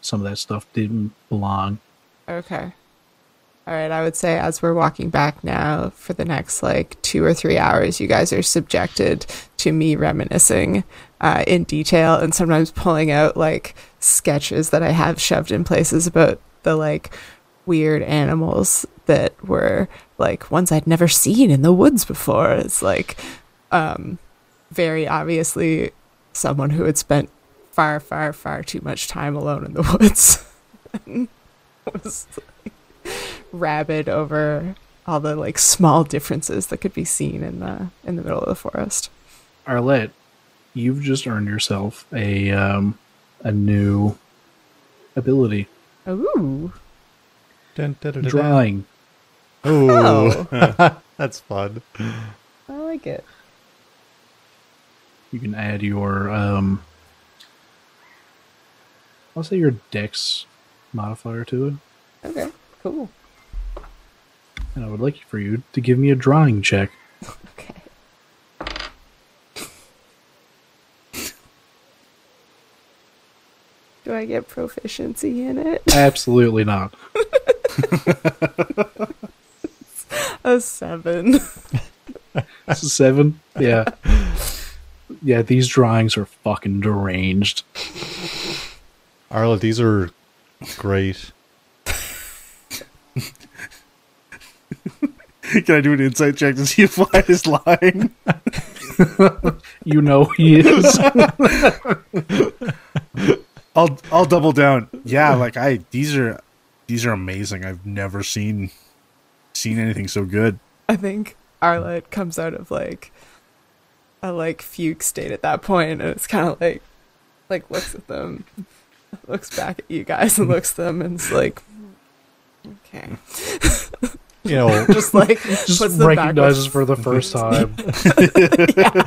some of that stuff didn't belong
Okay. All right. I would say as we're walking back now for the next like two or three hours, you guys are subjected to me reminiscing uh, in detail and sometimes pulling out like sketches that I have shoved in places about the like weird animals that were like ones I'd never seen in the woods before. It's like um, very obviously someone who had spent far, far, far too much time alone in the [LAUGHS] woods. was like, rabid over all the like small differences that could be seen in the in the middle of the forest.
arlette you've just earned yourself a um a new ability
Ooh.
Dun, dun, dun, dun, dun.
drawing
Oh,
Oh.
[LAUGHS] that's fun.
I like it.
you can add your um i'll say your dex modifier to it
Okay. Cool.
and I would like for you to give me a drawing check.
Okay. Do I get proficiency in it?
Absolutely
[LAUGHS]
not.
A seven.
Seven? Yeah. Yeah, these drawings are fucking deranged.
Arla, these are great.
Can I do an insight check to see if [LAUGHS] Wyatt is lying?
You know
[LAUGHS]
he is.
I'll I'll double down. Yeah, like I these are these are amazing. I've never seen seen anything so good.
I think Arlette comes out of like a like fugue state at that point, and it's kind of like like looks at them, looks back at you guys, and looks at them, and it's like, okay,
you know,
[LAUGHS] Just like puts
Just
them
recognizes
backwards.
for the first time.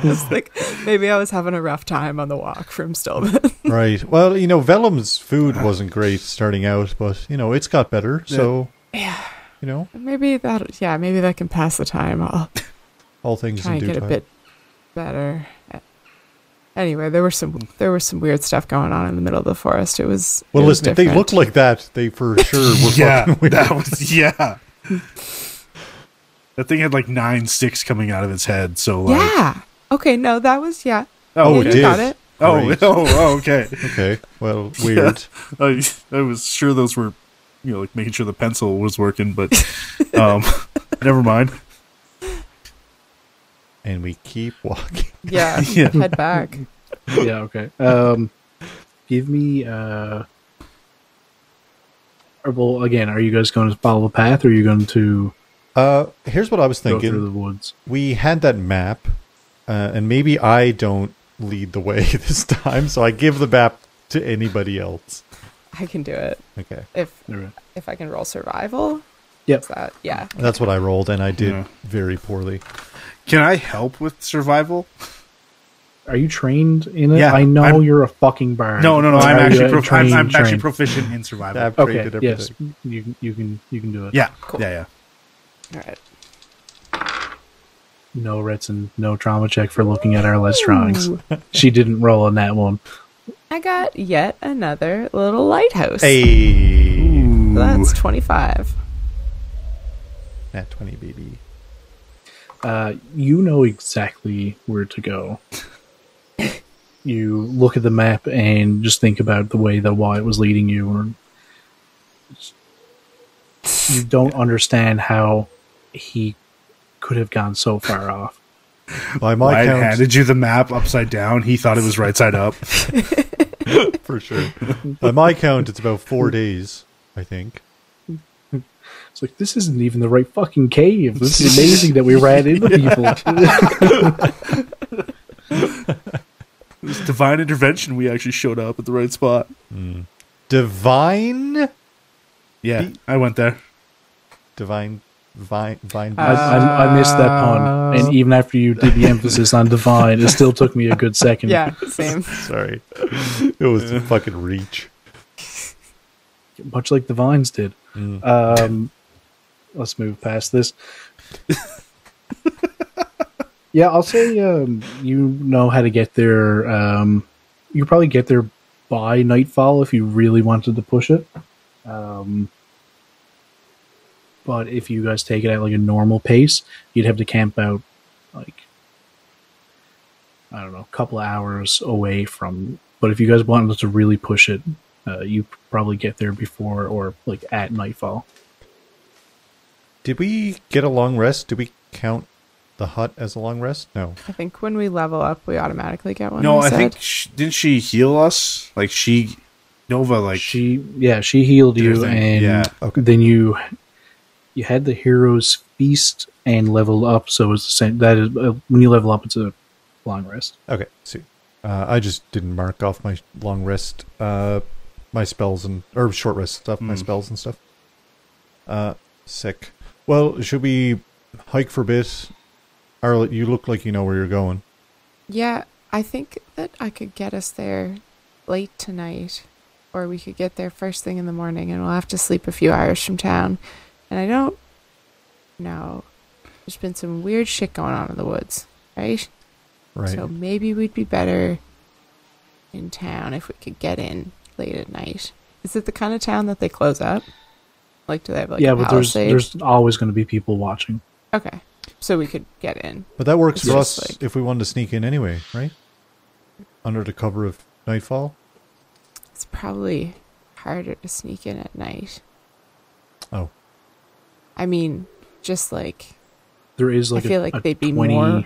[LAUGHS] yeah, just like maybe I was having a rough time on the walk from Stillman.
right. Well, you know, Vellum's food wasn't great starting out, but, you know, it's got better. So,
yeah,
you know,
maybe that. Yeah, maybe that can pass the time. I'll
all things
try
in
and
due
get a
time.
bit better. Anyway, there were some there was some weird stuff going on in the middle of the forest. It was
well,
it was
listen, if they
different.
looked like that, they for sure were
yeah,
fucking weird.
that was [LAUGHS] yeah. that thing had like nine sticks coming out of its head. So like,
yeah. Okay, no, that was yeah.
oh,
yeah,
it
okay.
you
did.
got it.
oh,
Great.
oh, [LAUGHS] oh, okay.
Okay. Well, weird.
I, I was sure those were, you know, like making sure the pencil was working, but
[LAUGHS]
um, never mind.
And we keep walking.
Yeah,
Yeah.
head back.
yeah, okay. Um, give me. Uh, or, well, again, are you guys going to follow the path, or are you going to
Uh, here's what I was
go through
thinking.
the woods?
We had that map, uh, and maybe I don't lead the way [LAUGHS] this time, so I give the map to anybody else.
I can do it
Okay.
if
Alright.
if I can roll survival.
Yep.
Is that yeah?
That's what I rolled, and I did
Yeah.
very poorly.
Can I help with survival?
Are you trained in it?
Yeah,
I know
I'm-
you're a fucking bard.
No, no, no.
Or
I'm
are you
actually
a
prof- I'm,
trained-
I'm actually
trained?
proficient in survival.
I've
Okay.
traded
Yes,
everything.
you can- you can you can do it.
yeah,
Cool.
yeah, yeah.
All right.
No Rets and no trauma check for looking at our less drawings. she didn't roll on that one.
I got yet another little lighthouse.
Hey,
That's twenty five.
Nat twenty, baby.
Uh, you know exactly where to go. you look at the map and just think about the way that why it was leading you, or you don't understand how he could have gone so far off.
By my
Wyatt
count, [LAUGHS]
handed you the map upside down. He thought it was right side up.
for sure. By my count, it's about four days. I think.
It's like this isn't even the right fucking cave. This is amazing that we ran into people.
It was divine intervention. We actually showed up at the right spot.
Divine,
Yeah, I went there.
divine, vine, vine.
I, I, I missed that pun, and even after you did the emphasis on divine, it still took me a good second.
Yeah, same.
sorry, it was fucking reach.
much like the vines did. Um, let's move past this. yeah, I'll say um, you know how to get there. Um, you probably get there by nightfall if you really wanted to push it. Um, but if you guys take it at like a normal pace, you'd have to camp out like I don't know, a couple of hours away from. But if you guys wanted to really push it, uh, you probably get there before or like at nightfall.
Did we get a long rest? Did we count the hut as a long rest? No.
I think when we level up, we automatically get one. you
No, I
said?
think sh didn't she heal us? Like she, Nova, like
She, yeah, she healed you,
Everything,
and
yeah,
okay.
then you you had the hero's feast and leveled up. So it's the same. That is uh, when you level up, it's a long rest.
Okay, see. Uh, I just didn't mark off my long rest, uh, my spells and or short rest stuff, my spells and stuff. Uh, sick. Well, should we hike for a bit? Arlet, you look like you know where you're going.
Yeah, I think that I could get us there late tonight, or we could get there first thing in the morning, and we'll have to sleep a few hours from town. And I don't know. There's been some weird shit going on in the woods, right?
Right.
So maybe we'd be better in town if we could get in late at night. Is it the kind of town that they close up? Like, do they have like
yeah,
a
but there's
palisade?
there's always going to be people watching.
okay, so we could get in.
but that works
it's
for us
just like-
if we wanted to sneak in anyway, right? Under the cover of nightfall.
It's probably harder to sneak in at night.
Oh,
I mean, just like,
There is like
I feel
a,
like
a
they'd be
20
more.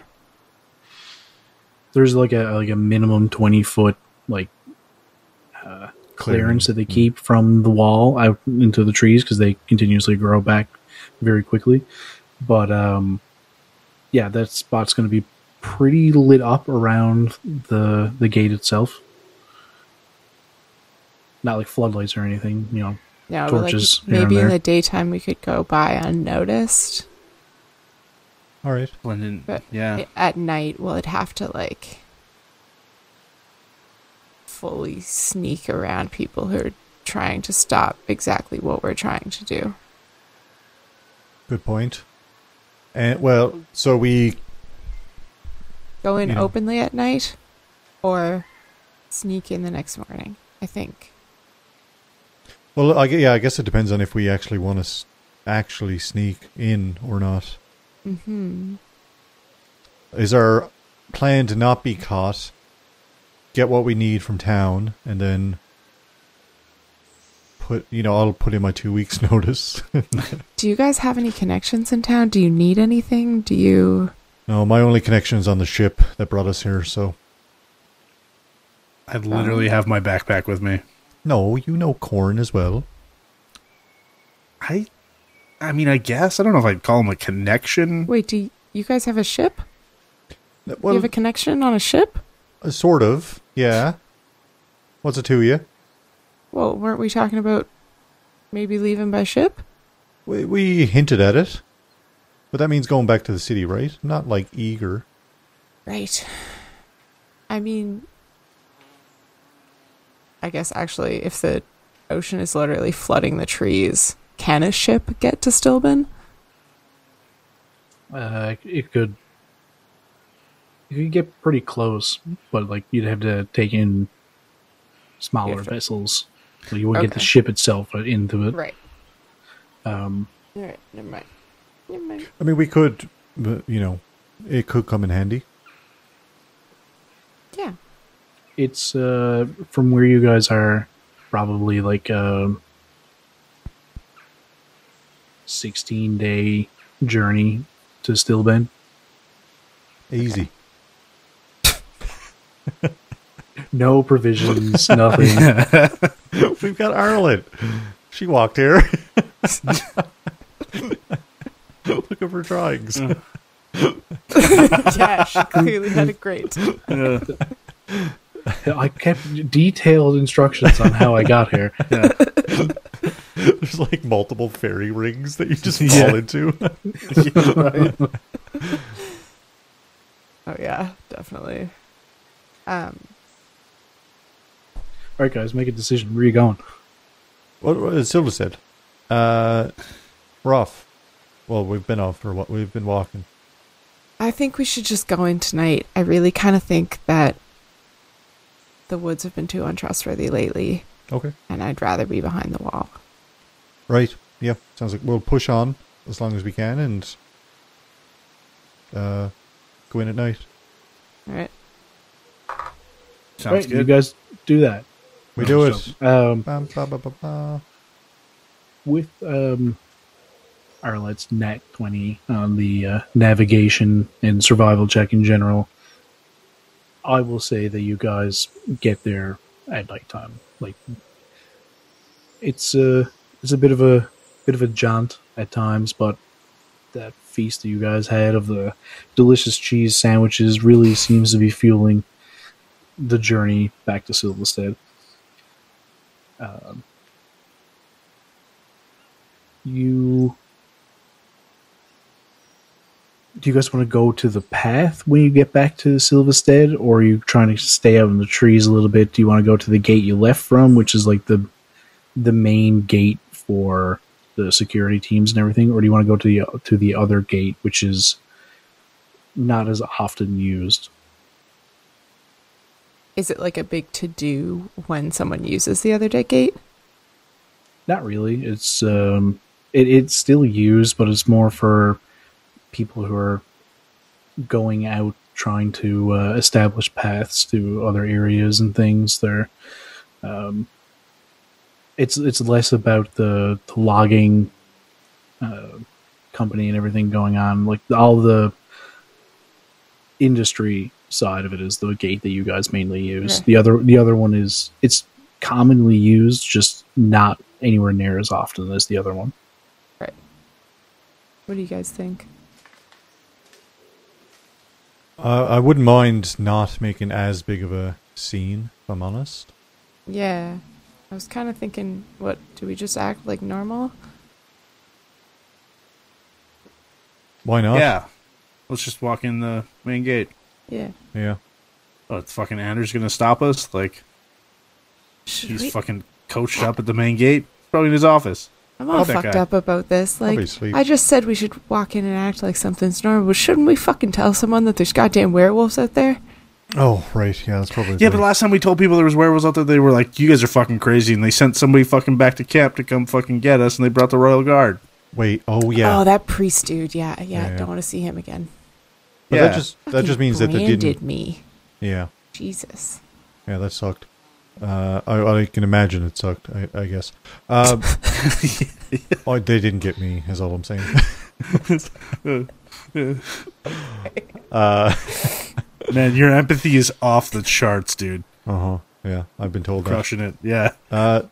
There's like a like a minimum twenty foot like uh, clearance that they keep from the wall out into the trees because they continuously grow back very quickly. But um, yeah, that spot's going to be pretty lit up around the the gate itself. Not like floodlights or anything, you know,
No, but,
Torches here
like
and
maybe in
there.
the daytime we could go by unnoticed.
All right.
Blend in.
But
yeah.
I- At night, we'll have to like fully sneak around people who are trying to stop exactly what we're trying to do.
Good point. And well, so we
Go in
You know.
openly at night, or sneak in the next morning. I think.
well, I, gue- yeah, I guess it depends on if we actually want to s- actually sneak in or not.
Hmm.
Is our plan to not be caught, get what we need from town, and then put you know I'll put in my two weeks [LAUGHS] notice.
Do you guys have any connections in town? Do you need anything? Do you?
no, my only connection is on the ship that brought us here. So
I literally have my backpack with me.
no, you know Corn as well.
I, I mean, I guess I don't know if I'd call him a connection.
[LAUGHS]
Wait, do you, you guys have a ship?
Well,
you have a connection on a ship?
uh, sort of. Yeah. What's it to you?
Well, weren't we talking about maybe leaving by ship?
We, we hinted at it. But that means going back to the city, right? Not like eager.
Right. I mean, I guess actually, if the ocean is literally flooding the trees, can a ship get to Stilben?
Uh, it could. You could get pretty close, but like you'd have to take in smaller
Yeah, sure.
vessels, so you wouldn't get the
Okay.
ship itself uh, into it.
Right.
Um,
All right. Never mind. Never mind.
I mean, we could, but, you know, it could come in handy.
Yeah.
it's uh, from where you guys are, probably like uh, a sixteen-day journey to Stillben.
Easy.
No
[LAUGHS]
provisions, nothing.
[LAUGHS] We've got Ireland. She walked here. [LAUGHS] Look at her drawings.
Yeah. She clearly had a great. Oh,
Yeah.
I kept detailed instructions on how I got
[LAUGHS]
here.
There's like multiple fairy rings that you just fall into. [LAUGHS]
Oh yeah, definitely. Um.
All right, guys, make a decision. Where are you going?
what, what Silva said. Uh, we're off. Well, we've been off for what? We've been walking.
I think we should just go in tonight. I really kind of think that the woods have been too untrustworthy lately,
Okay.
and I'd rather be behind the wall.
Right. Yeah. Sounds like we'll push on as long as we can and uh, go in at night.
All right.
All right,
Sounds
you
good.
guys do that.
We do it.
Um,
Bam, ba, ba, ba, ba.
with um, Arlet's nat 20 on the uh, navigation and survival check in general, I will say that you guys get there at nighttime. Like it's a it's a bit of a bit of a jaunt at times, but that feast that you guys had of the delicious cheese sandwiches really seems to be fueling the journey back to Silverstead. Um, you do you guys want to go to the path when you get back to Silverstead, or are you trying to stay out in the trees a little bit? Do you want to go to the gate you left from, which is like the the main gate for the security teams and everything, or do you want to go to the to the other gate, which is not as often used?
Is it like a big to do when someone uses the other dead gate?
Not really. It's um, it, it's still used, but it's more for people who are going out trying to uh, establish paths to other areas and things. They're um, it's it's less about the, the logging uh, company and everything going on. Like all the industry side of it is the gate that you guys mainly use.
Okay.
The other the other one is it's commonly used, just not anywhere near as often as the other one.
What do you guys think?
Uh, I wouldn't mind not making as big of a scene, if I'm honest.
Yeah. I was kind of thinking, what, do we just act like normal?
Why not?
Yeah. Let's just walk in the main gate.
Yeah.
Yeah.
Oh, it's fucking Anders gonna stop us? Like
Should
he's
we-
fucking coached up at the main gate? Probably in his office.
I'm all
Fuck that
fucked
guy.
up about this. Like,
Obviously.
I just said we should walk in and act like something's normal. but Shouldn't we fucking tell someone that there's goddamn werewolves out there?
Oh, right. Yeah, that's probably.
Yeah,
the-
but last time we told people there was werewolves out there, they were like, "You guys are fucking crazy," and they sent somebody fucking back to camp to come fucking get us, and they brought the royal guard.
Wait. Oh, yeah.
Oh, that priest dude. Yeah, yeah.
Yeah,
I
yeah.
don't want to see him again.
but
yeah.
that just that just
Fucking
means that they
branded
didn't.
me.
Yeah.
Jesus.
Yeah, that sucked. Uh, I, I can imagine it sucked. I, I guess.
[LAUGHS]
Um, oh, they didn't get me. Is all I'm
[LAUGHS]
saying. uh
Man, your empathy is off the charts, dude.
huh. Uh-huh. Yeah, I've been told that.
Crushing it. Yeah.
Uh,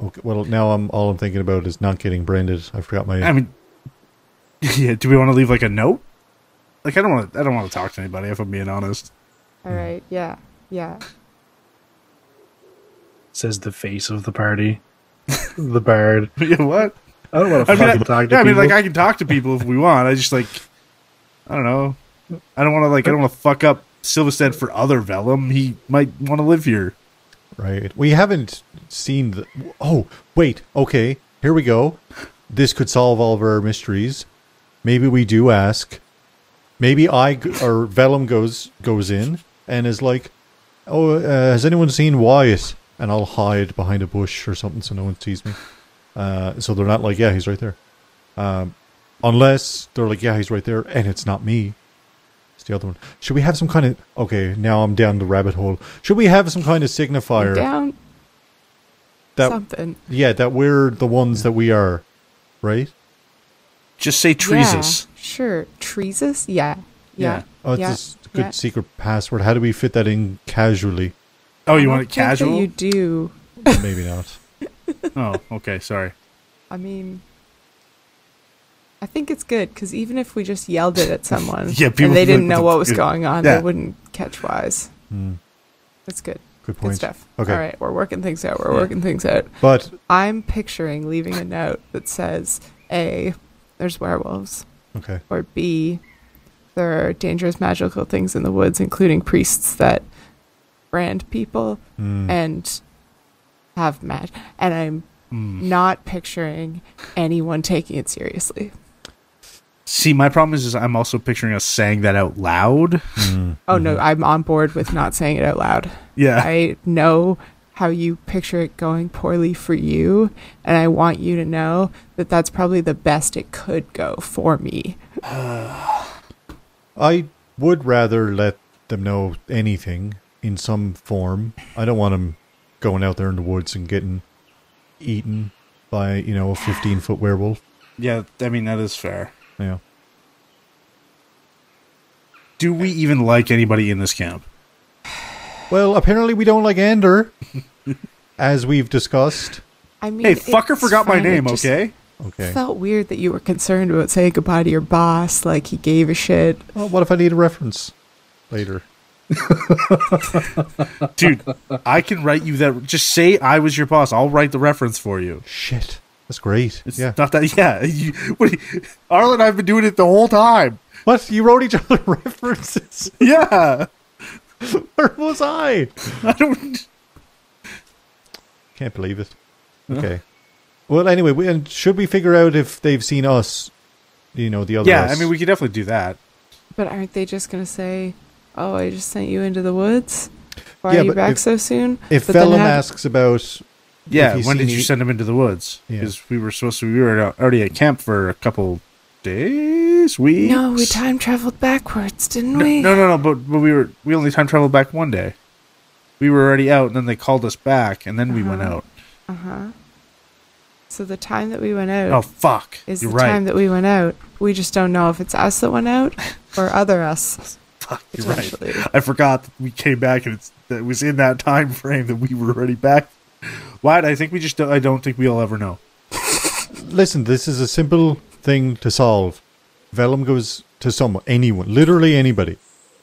okay. Well, now I'm all I'm thinking about is not getting branded. I forgot my.
I mean, [LAUGHS] yeah. Do we want to leave like a note? Like, I don't want to. I don't want to talk to anybody. If I'm being honest. [LAUGHS]
Hmm.
All right. Yeah. Yeah.
Says the face of the party, [LAUGHS] the bard.
yeah. What?
I don't want to
I mean,
fucking
I,
talk to
yeah, I mean,
people.
like, I can talk to people if we want. I just like, I don't know. I don't want to like. I don't want to fuck up Silverstead for other vellum. He might want to live here.
Right. We haven't seen the. Oh, wait. Okay. Here we go. This could solve all of our mysteries. Maybe we do ask. Maybe I g- or Vellum goes goes in and is like, "Oh, uh, has anyone seen Wyatt?" And I'll hide behind a bush or something so no one sees me. Uh, so they're not like, "Yeah, he's right there." Um, unless they're like, "Yeah, he's right there," and it's not me. It's the other one. Should we have some kind of? Okay, now I'm down the rabbit hole. Should we have some kind of signifier?
Down
that
something.
yeah that we're the ones that we are right
Just say treasus.
Yeah, sure. Treesus? Yeah.
Yeah.
Yeah.
oh it's
yeah.
this good
yeah.
secret password how do we fit that in
[LAUGHS]
casually
Oh, you
I
want it
don't think that
casual?
You do.
maybe not
[LAUGHS] Oh, okay. Sorry.
I mean, I think it's good because even if we just
[LAUGHS]
yelled it at someone
Yeah, people
and they
would be
didn't
like,
know
"What the
what was
fuck?"
going on,
Yeah.
they wouldn't catch wise. That's good.
Hmm, good point
Good stuff.
okay
All right, we're working things out. We're working things out.
but
I'm picturing leaving a note that says A, there's werewolves,
okay
or B, there are dangerous magical things in the woods, including priests that brand people
Mm. Hmm,
and have mad. And I'm
Hmm.
not picturing anyone taking it seriously.
See, my problem is, is I'm also picturing us saying that out loud.
hmm,
Oh no, I'm on board with not saying it out loud.
Yeah.
I know how you picture it going poorly for you, and I want you to know that that's probably the best it could go for me.
i would rather let them know anything in some form i don't want them going out there in the woods and getting eaten by you know a 15 foot werewolf
yeah, I mean that is fair.
yeah
Do we even like anybody in this camp?
well apparently we don't like
[LAUGHS]
ander as we've discussed
I mean,
Hey, fucker
it's
forgot my
fine, it
name.
just
Okay.
okay
Felt weird that you were concerned about saying goodbye to your boss, like he gave a shit.
well, what if i need a reference later
[LAUGHS] Dude, I can write you that. Just say I was your boss. I'll write the reference for you.
Shit. That's great.
It's
yeah.
not that. [LAUGHS] Yeah. You, what, do you- Arlen and I have been doing it the whole time. [LAUGHS]
What? You wrote each other [LAUGHS] references?
Yeah.
Where was I?
I don't.
Can't believe it. Okay. Well, anyway, we, and should we figure out if they've seen us? You know, the other
Yeah. I
us?
mean, we could definitely do that.
But aren't they just gonna say, "Oh, I just sent you into the woods. Why
Yeah,
are you
but
back
if-
so soon?"
If
But then
Vellum
have-
asks about.
Yeah.
he's
When did
seen
you
you-
send him into the woods?
Yeah.
Because we were supposed to. We were already at camp for a couple days, weeks.
no, we time traveled backwards, didn't
No,
we?
no, no, no. But but we were we only time traveled back one day. We were already out, and then they called us back, and then we went out.
Uh huh. So the time that we went out
Oh fuck!
is
you're
the
right.
time that we went out. We just don't know if it's us that went out or other us.
fuck, you're right.
Potentially.
I forgot that we came back, and it's, that it was in that time frame that we were already back. Why? I think we just. don't- I don't think we'll ever know.
Listen, this is a simple thing to solve. Vellum goes to someone, anyone, literally anybody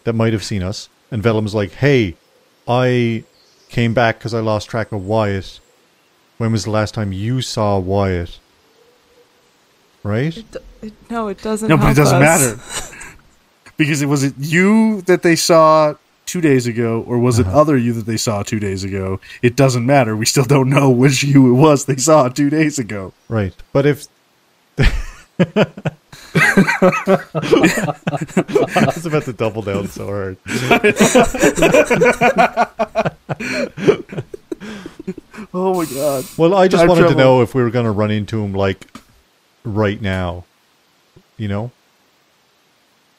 that might have seen us. And Vellum's like, hey, I came back because I lost track of Wyatt. When was the last time you saw Wyatt? Right?
It, it, no, it doesn't.
No, but it
help
doesn't
us.
matter. [LAUGHS] because it was it you that they saw two days ago, or was it other you that they saw two days ago? It doesn't matter. We still don't know which you it was they saw two days ago.
Right. But if. [LAUGHS] I was about to double down so hard.
Oh my god.
Well, I just
Time
wanted to
travel.
know if we were going to run into him like right now, you know,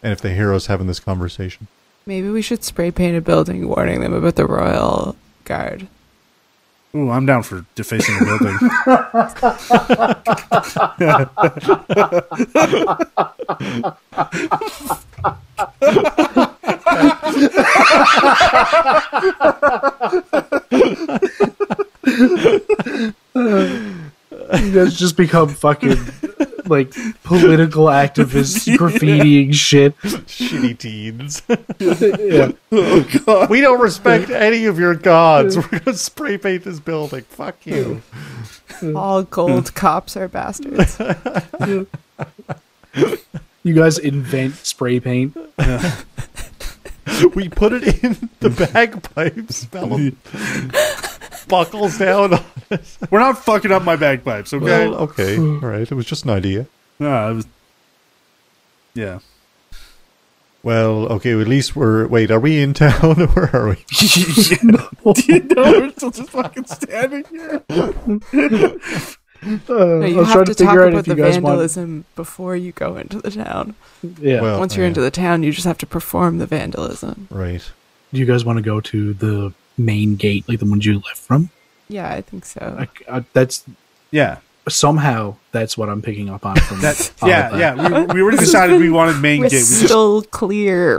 and if they hear us having this conversation.
Maybe we should spray paint a building warning them about the royal guard.
Ooh, I'm down for defacing a building.
You guys just become [LAUGHS] fucking like political activists graffitiing shit.
[LAUGHS] Shitty teens.
Yeah.
[LAUGHS] Oh
we don't [LAUGHS] respect any of your gods. We're going to spray paint this building. Fuck [LAUGHS] you.
All
Hmm.
gold cops
[LAUGHS]
are bastards.
You guys invent spray [LAUGHS] paint.
we put it in the bagpipes. [LAUGHS] Malum buckles down. on-
[LAUGHS] We're not fucking up my bagpipes, okay?
Well, okay. All right. It was just an idea.
Nah, it was- yeah.
Well, okay. At least we're. Wait, are we in town [LAUGHS] or where are we?
we're still just fucking standing here.
Uh,
No,
I
you
was trying
have
to
to talk
figure out
about
if you
the
guys
vandalism before you go into the town.
want. Oh, Yeah.
Well,
Once you're
yeah,
into the town, you just have to perform the vandalism.
Right.
Do you guys want to go to the main gate, like the ones you left from?
Yeah, I think so.
I, I, that's
Yeah.
somehow that's what I'm picking up on from
That,
all of
yeah,
that.
yeah. We, we already decided we wanted main gate. We just,
Crystal clear,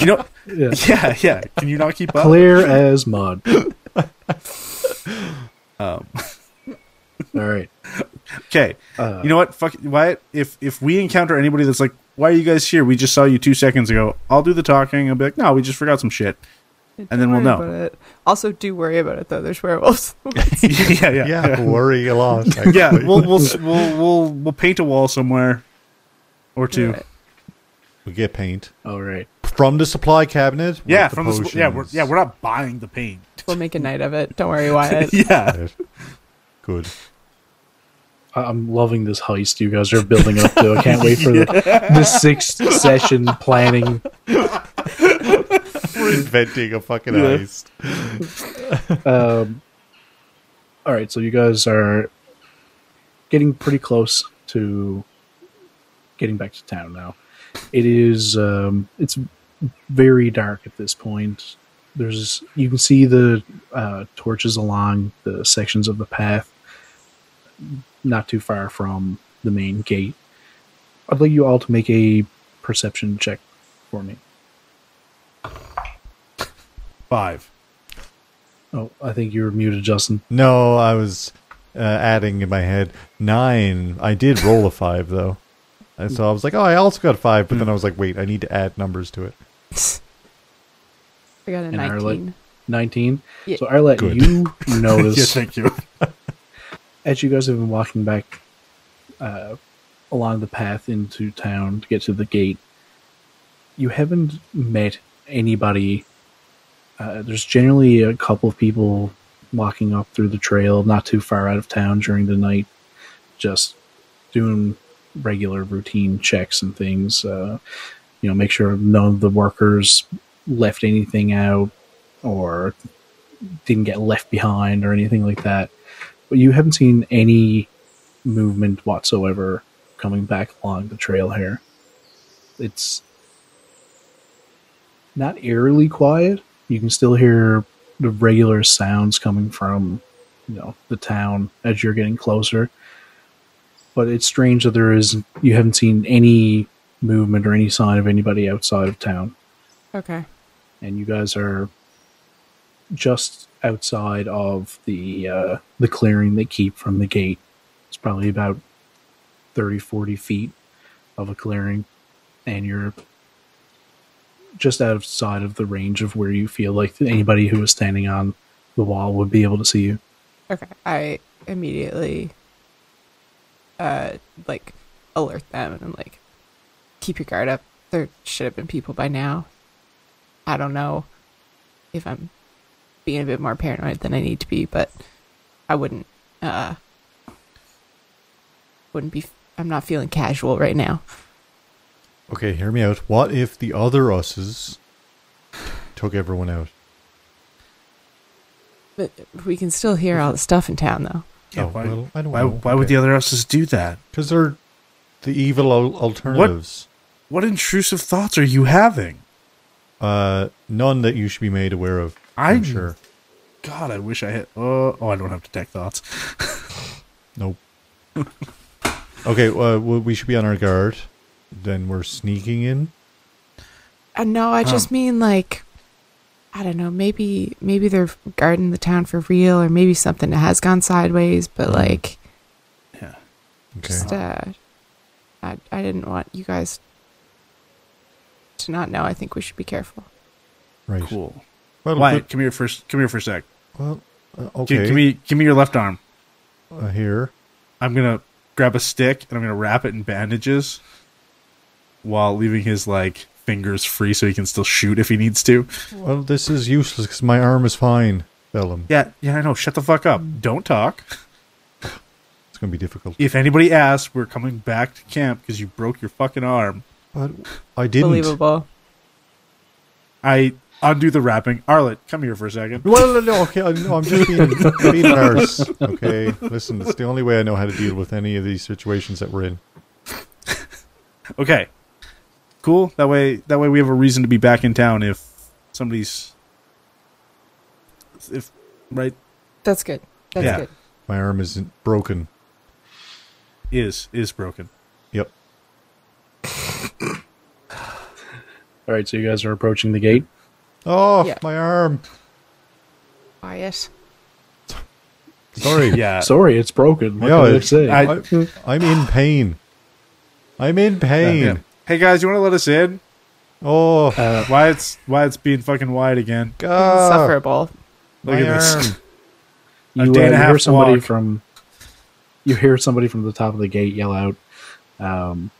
[LAUGHS]
you know, [LAUGHS]
Yeah.
yeah, yeah. Can you not keep up?
Clear as mud.
[LAUGHS]
[LAUGHS]
Um,
All right.
okay.
Uh,
you know what? Fuck Wyatt. If if we encounter anybody that's like, "Why are you guys here? We just saw you two seconds ago." I'll do the talking. I'll be like, "No, we just forgot some shit." [LAUGHS]
Don't
then we'll
worry
know.
about it. Also, do worry about it though. There's werewolves. [LAUGHS]
yeah, yeah, yeah.
Yeah,
yeah.
worry a lot.
[LAUGHS] Yeah,
actually. [LAUGHS]
we'll, we'll we'll we'll we'll paint a wall somewhere or two.
Right.
we get paint
all right.
from the supply cabinet. with
Yeah, from the sp- yeah, we're,
potions.
yeah, we're not buying the paint.
We'll make a night of it.
[LAUGHS]
Don't worry, Wyatt.
Yeah,
Right. [LAUGHS] Good. [LAUGHS]
I- I'm loving this heist you guys are building up to. I can't wait for
[LAUGHS]
the, the sixth session planning.
We're inventing a fucking
Yeah.
heist.
Um, all right, so you guys are getting pretty close to getting back to town now. It is um, it's very dark at this point. There's you can see the uh, torches along the sections of the path, not too far from the main gate. I'd like you all to make a perception check for me.
five.
Oh, I think you were muted, Justin.
No, I was uh, adding in my head nine. I did roll a five though, and so I was like, oh, I also got five. But then I was like, wait, I need to add numbers to it.
I got a
In Ireland.
19.
Nineteen.
Yeah.
So Arlette,
Good.
you notice
[LAUGHS] Yeah, thank you.
as you guys have been walking back uh, along the path into town to get to the gate, you haven't met anybody. Uh, there's generally a couple of people walking up through the trail, not too far out of town during the night, just doing regular routine checks and things. Uh, you know, make sure none of the workers left anything out or didn't get left behind or anything like that but you haven't seen any movement whatsoever coming back along the trail here. It's not eerily quiet. You can still hear the regular sounds coming from, you know, the town as you're getting closer. But it's strange that there is you haven't seen any movement or any sign of anybody outside of town
Okay.
and you guys are just outside of the uh, the clearing they keep from the gate. It's probably about 30, 40 feet of a clearing, and you're just outside of the range of where you feel like anybody who is standing on the wall would be able to see you.
Okay, I immediately uh like alert them and I'm like keep your guard up. There should have been people by now. I don't know if I'm being a bit more paranoid than I need to be, but I wouldn't uh wouldn't be I'm not feeling casual right now.
Okay, hear me out. What if the other us's took everyone out?
But we can still hear all the stuff in town though.
Yeah,
Oh,
why,
well, I don't
why,
know.
why would the other houses do that?
Because they're the evil al- alternatives.
What intrusive thoughts are you having?
Uh, none that you should be made aware of. I'm,
I'm-
sure.
God, I wish I had. Uh, oh, I don't have detect thoughts.
Nope. [LAUGHS] okay, uh, we we should be on our guard. Then we're sneaking in.
Uh, no, I just mean like I don't know, maybe maybe they're guarding the town for real or maybe something that has gone sideways, but
Mm.
like
Yeah.
Okay.
just uh I I didn't want you guys to not know. I think we should be careful.
right.
Cool.
Well,
Wyatt,
good-
come here first. Come here for a sec.
well uh,
Gi-
okay.
Give me, give me your left arm.
uh, here.
I'm gonna grab a stick and I'm gonna wrap it in bandages, while leaving his like fingers free so he can still shoot if he needs to.
Well, this is useless because my arm is fine. Bellum.
Yeah, yeah, I know. Shut the fuck up. Don't talk.
It's going to be difficult.
If anybody asks, we're coming back to camp because you broke your fucking arm.
But I didn't.
Believable.
I undo the wrapping. Arlet, come here for a second.
Well, no, no, okay, I- no, I'm just being, being a nurse. Okay, listen, it's the only way I know how to deal with any of these situations that we're in.
Okay, cool. That way, that way we have a reason to be back in town if somebody's if right
That's good. That's
Yeah.
good.
My arm isn't broken.
is
[LAUGHS]
is broken.
Yep.
All right, so you guys are approaching the gate.
Oh,
Yeah.
my arm.
Quiet.
[LAUGHS] Sorry.
Yeah.
Sorry, it's broken. What
Yeah,
can I
it's-
say?
I-
I, am in pain. I'm in pain.
Yeah. Hey guys, you want to let us in?
Oh,
Uh, Wyatt's Wyatt's being fucking wide again.
God.
Insufferable.
Look
my
at this.
arm.
a
you,
day
uh,
and a
you
half
hear somebody
walk.
from you hear somebody from the top of the gate yell out um,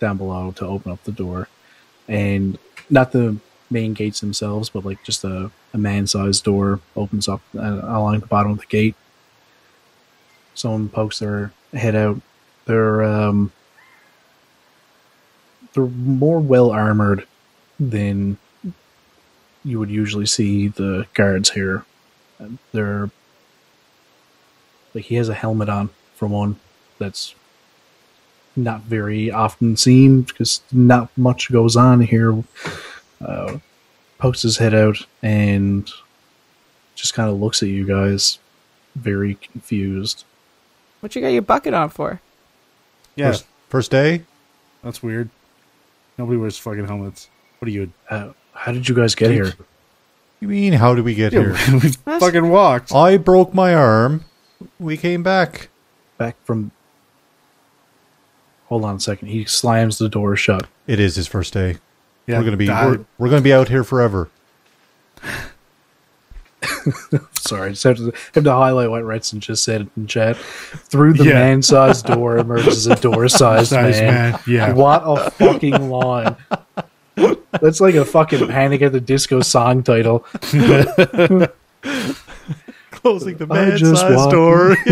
down below to open up the door and not the main gates themselves but like just a, a man-sized door opens up uh, along the bottom of the gate someone pokes their head out they're um, they're more well armored than you would usually see the guards here they're like he has a helmet on for one that's not very often seen because not much goes on here uh, pokes his head out and just kind of looks at you guys very confused
What you got your bucket on for?
[LAUGHS] Yeah,
First, first day?
that's weird. Nobody wears fucking helmets. What are you?
uh, how did you guys get here
You mean, how did we get here?
[LAUGHS] we
That's-
fucking walked.
I broke my arm. We came back.
back from hold on a second he slams the door shut
It is his first day.
Yeah,
we're gonna be
die.
we're, we're gonna be out here forever.
Sorry, just have to, have to highlight what Redson just said in chat. Through the
Yeah.
man-sized door emerges
[LAUGHS]
a door-sized
Size
man.
man, yeah.
What a fucking line. That's like a fucking Panic at the Disco song title.
Closing the
I just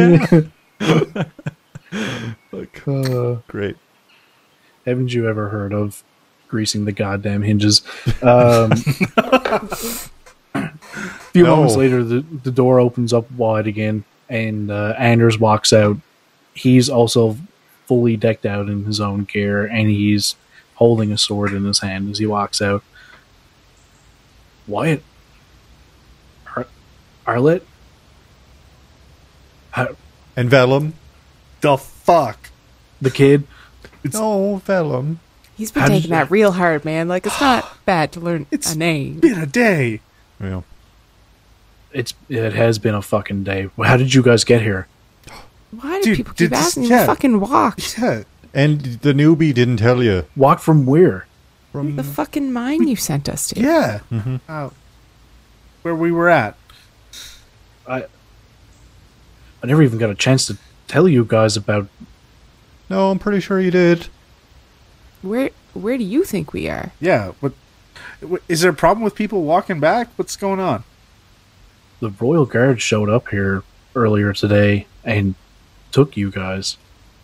man-sized door.
walked- [LAUGHS] Uh,
[LAUGHS] Great.
haven't you ever heard of greasing the goddamn hinges? Um, a few
No.
moments later, the, the door opens up wide again, and uh, Anders walks out. He's also fully decked out in his own gear, and he's holding a sword in his hand as he walks out. Wyatt, Ar- Arlet,
And Vellum.
the fuck.
the kid.
oh, Vellum.
He's been
How did
taking
you-
that real hard, man. Like it's
[GASPS]
not bad to learn
It's-
a name.
Been a day.
Yeah.
It's it has been a fucking day. How did you guys get here?
Why do
Dude,
people
dude,
keep
this-
asking?
yeah.
You fucking walked
Yeah,
And the newbie didn't tell you.
Walk from where?
the fucking mine you sent us to.
yeah. Uh, where we were at.
I never even got a chance to tell you guys about.
No, I'm pretty sure you did.
Where where do you think we are?
Yeah, but wh- is there a problem with people walking back? What's going on?
The Royal Guard showed up here earlier today and took you guys.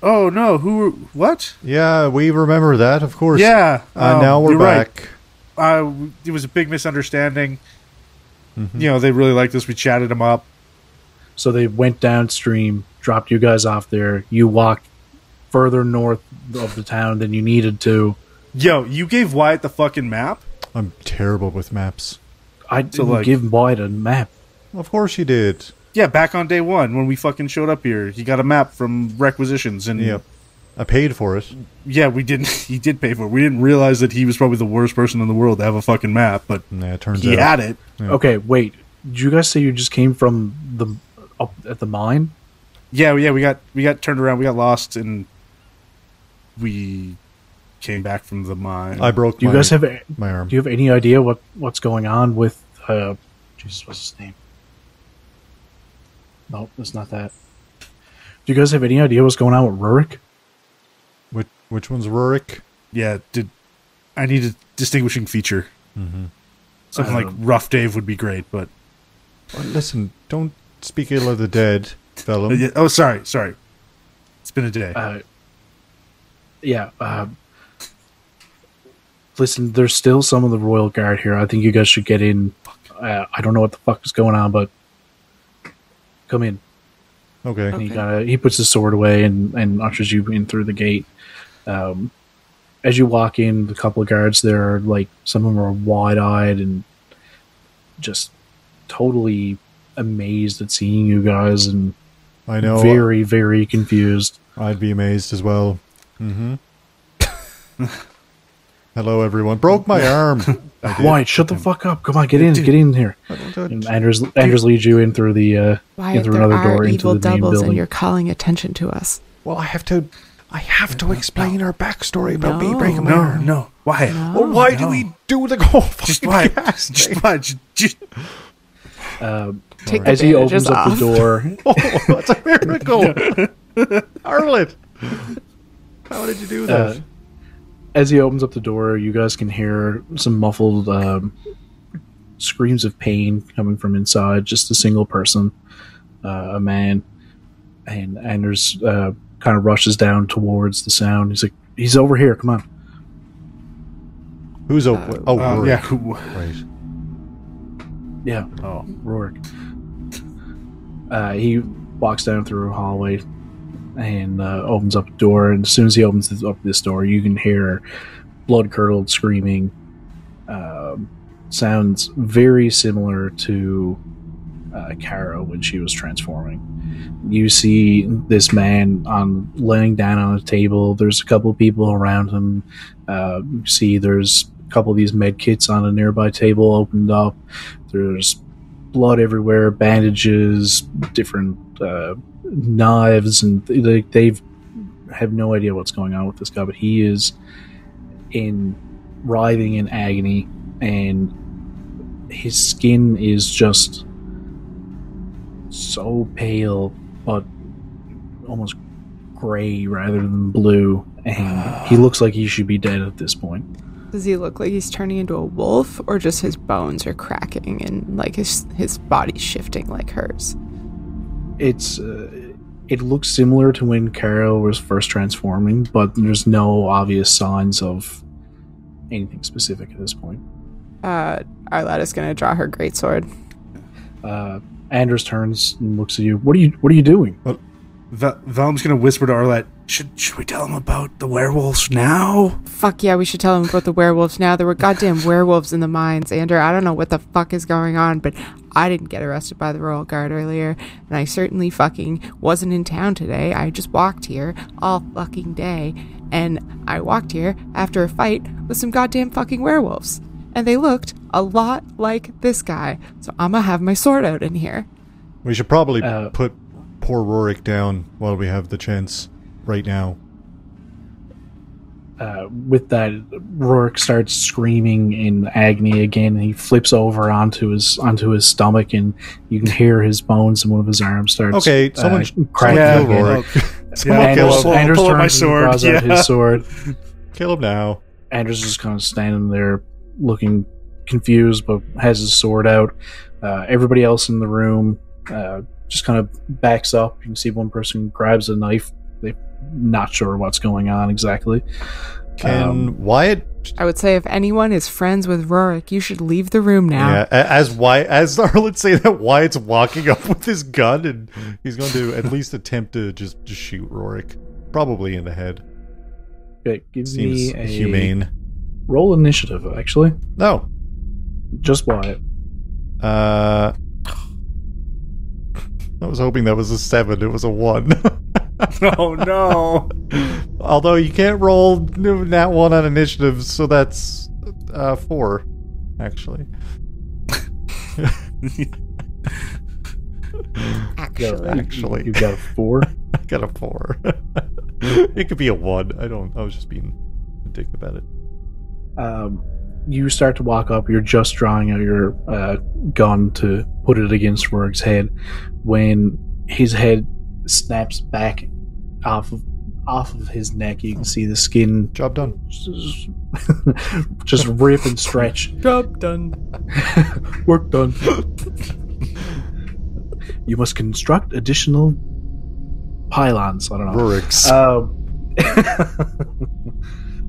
Oh no, who? What?
Yeah, we remember that, of course.
Yeah.
Uh,
um,
now we're
you're right.
back.
Uh, w- it was a big misunderstanding. You know, they really liked us. We chatted them up.
So they went downstream, dropped you guys off there. You walked further north of the town than you needed to.
Yo, you gave Wyatt the fucking map.
I'm terrible with maps.
I
So,
didn't
like-
give Boyd a map.
Of course you did.
Yeah, back on day one when we fucking showed up here, he got a map from requisitions, and
Yep. I paid for it.
yeah, we didn't. [LAUGHS] He did pay for it. We didn't realize that he was probably the worst person in the world to have a fucking map, but
Nah, it turns
he
out.
had it.
Okay, wait. Did you guys say you just came from the up at the mine?
Yeah, yeah, we got we got turned around, we got lost, and we came back from the mine.
I broke
Do you
my,
guys have a-
my arm.
do you have any idea what what's going on with uh Jesus what's his name? Nope, it's not that. Do you guys have any idea what's going on with Rurik?
which, which one's Rurik?
yeah, did I need a distinguishing feature?
Mhm.
Something like
Um,
rough Dave would be great, but
Well, Uh, listen, don't speak ill of the dead,
oh,
fellow.
yeah, oh, sorry, sorry, it's been a day.
Uh yeah, um Listen, there's still some of the royal guard here. I think you guys should get in. Uh, I don't know what the fuck is going on, but come in.
Okay.
Um,
And he
Okay.
kinda he puts his sword away and, and ushers you in through the gate. Um, as you walk in, the couple of guards there are like some of them are wide eyed and just totally amazed at seeing you guys and
I know.
very, very confused.
I'd be amazed as well.
[LAUGHS]
Mm-hmm. Hello, everyone. Broke my
[LAUGHS]
arm. I did.
Wyatt, shut the fuck up. Come on, get in, get in here. And Anders Anders leads you in through the uh
Why
in
there
through another
are
door into
evil
the main
doubles and
building.
you're calling attention to us.
Well, I have to. I have to explain our backstory about me
No.
breaking my
no,
arm.
no, why?
No.
Well, why do
No.
we do the [LAUGHS] whole fucking
[LAUGHS]
Just why?
cast
Just
thing?
why? Just, just
Um,
Take
as
[LAUGHS] the
he opens
bandages
up
off.
the
[LAUGHS]
door,
Oh, that's a
[LAUGHS]
miracle, Harlan. How did you do that?
Uh, as he opens up the door, you guys can hear some muffled um, screams of pain coming from inside. Just a single person, uh, a man, and Anders uh, kind of rushes down towards the sound. He's like, "He's over here! Come on!"
Who's a oh
uh,
Rorik.
yeah. who-
right?
Yeah,
Oh,
Rorik. Uh, he walks down through a hallway and uh, opens up a door. And as soon as he opens this- up this door, you can hear blood curdled screaming. Um, sounds very similar to uh, Kara when she was transforming. You see this man on laying down on a table. There's a couple people around him. Uh, you see, there's a couple of these med kits on a nearby table opened up. There's blood everywhere, bandages, different uh, knives, and th- they they've have no idea what's going on with this guy. But he is in writhing in agony, and his skin is just so pale, but almost gray rather than blue. And he looks like he should be dead at this point.
Does he look like he's turning into a wolf, or just his bones are cracking and like his his body shifting like hers?
it's uh, it looks similar to when Carol was first transforming, but there's no obvious signs of anything specific at this point.
Uh, Arletta's gonna draw her greatsword.
Uh, Anders turns and looks at you. What are you What are you doing?
Val- Valm's gonna whisper to Arlette. Should should we tell him about the werewolves now?
Fuck yeah, we should tell him about the werewolves now. There were goddamn werewolves in the mines, Ander. I don't know what the fuck is going on, but I didn't get arrested by the Royal Guard earlier, and I certainly fucking wasn't in town today. I just walked here all fucking day, and I walked here after a fight with some goddamn fucking werewolves. And they looked a lot like this guy, so I'ma have my sword out in here.
We should probably
Uh,
put poor Rorik down while we have the chance right now.
uh, with that, Rourke starts screaming in agony again, and he flips over onto his onto his stomach, and you can hear his bones and one of his arms starts.
Okay, someone
uh,
someone kill
cracking again.
Rourke. Someone
Yeah,
Anders,
kill
I'll- I'll
him.
Anders
pull out
turns
my
and
sword,
draws out
yeah.
his sword.
Kill him now.
Anders is kind of standing there, looking confused, but has his sword out. Uh, everybody else in the room uh, just kind of backs up. You can see one person grabs a knife. They're not sure what's going on exactly.
Can
Um,
Wyatt?
I would say if anyone is friends with Rurik, you should leave the room now.
Yeah, a- as Wyatt, as [LAUGHS] Arlen say that Wyatt's walking up with his gun and he's going to at least attempt to just, just shoot Rorik, probably in the head.
Okay, give
Seems
me a
humane.
roll initiative. Actually,
No,
just Wyatt.
Uh, I was hoping that was a seven. It was a one. [LAUGHS]
Oh [LAUGHS] no!
Although you can't roll that one on initiative, so that's uh, four, actually. [LAUGHS]
Actually,
You-
Actually.
you got a
[LAUGHS]
four.
I got a four. [LAUGHS] it could be a one. I don't. I was just being a dick about it.
um, you start to walk up. You're just drawing out your uh, gun to put it against Rorik's head when his head snaps back off of off of his neck. You can see the skin [LAUGHS]
Job done.
just, just rip and stretch.
job done.
[LAUGHS] Work
[LAUGHS]
done. you must construct additional pylons. I don't know.
Rurik's.
Um,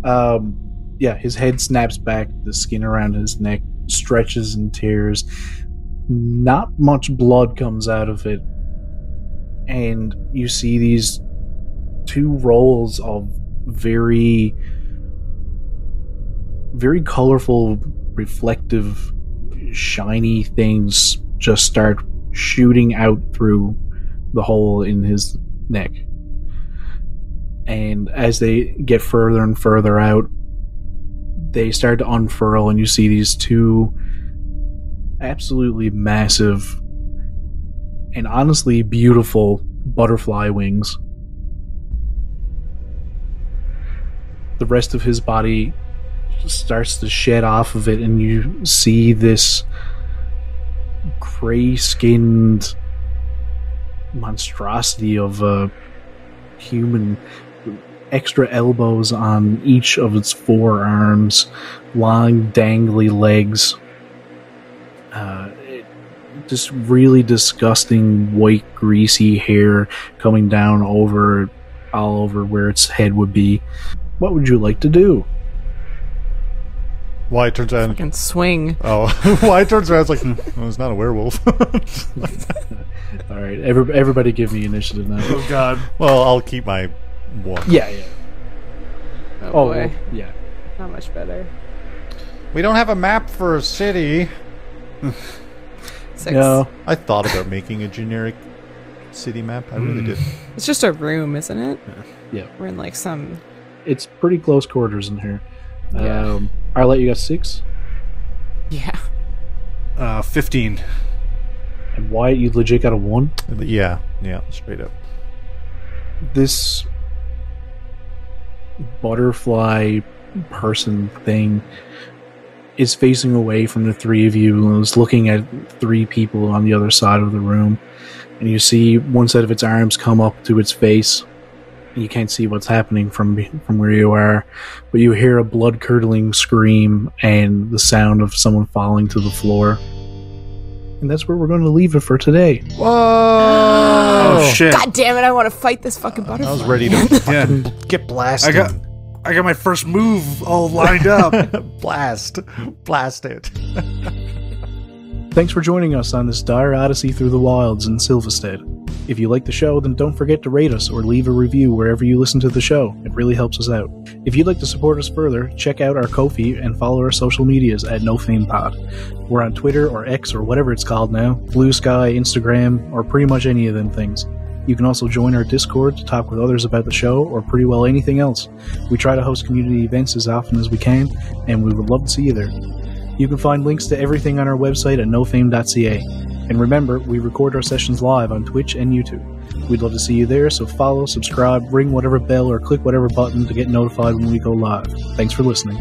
[LAUGHS] um, yeah, his head snaps back, the skin around his neck stretches and tears. Not much blood comes out of it. And you see these two rolls of very, very colorful, reflective, shiny things just start shooting out through the hole in his neck and as they get further and further out they start to unfurl and you see these two absolutely massive and honestly beautiful butterfly wings the rest of his body starts to shed off of it and you see this gray skinned monstrosity of a human extra elbows on each of its forearms, long, dangly legs. Uh, it- just really disgusting white, greasy hair coming down over all over where its head would be. What would you like to do?
Why it turns around?
Fucking swing.
Oh, [LAUGHS] why it turns around? It's like "Hmm, it's not a werewolf. [LAUGHS]
All right, every, everybody give me initiative
[LAUGHS]
now.
Oh god!
well, I'll keep my one.
Yeah, yeah.
Oh,
Oh,
boy,
well, yeah.
not much better.
We don't have a map for a city.
Six.
No,
I thought about making a generic city map. I really did.
It's just a room, isn't it?
Yeah.
We're in like some.
it's pretty close quarters in here.
Yeah.
Um, Arlette, you got six,
Yeah.
Uh, fifteen.
and Wyatt, you legit got a one.
Yeah, yeah, straight up.
this butterfly person thing is facing away from the three of you and is looking at three people on the other side of the room. And you see one set of its arms come up to its face. You can't see what's happening from be- from where you are, but you hear a blood curdling scream and the sound of someone falling to the floor. And that's where we're going to leave it for today.
Whoa!
Oh, shit!
God damn it! I want to fight this fucking butterfly.
I was ready [LAUGHS] to
Yeah,
get blasted.
I got, I got my first move all lined up.
[LAUGHS]
[LAUGHS]
blast, blast it.
Thanks for joining us on this dire odyssey through the wilds in Silvestead. If you like the show, then don't forget to rate us or leave a review wherever you listen to the show. It really helps us out. If you'd like to support us further, check out our Ko-fi and follow our social medias at NoFamePod. We're on Twitter or X or whatever it's called now, Blue Sky, Instagram, or pretty much any of them things. You can also join our Discord to talk with others about the show or pretty well anything else. We try to host community events as often as we can, and we would love to see you there. You can find links to everything on our website at nofame.ca. And And remember, we record our sessions live on Twitch and YouTube. We'd love to see you there, so follow, subscribe, ring whatever bell, or click whatever button to get notified when we go live. Thanks for listening.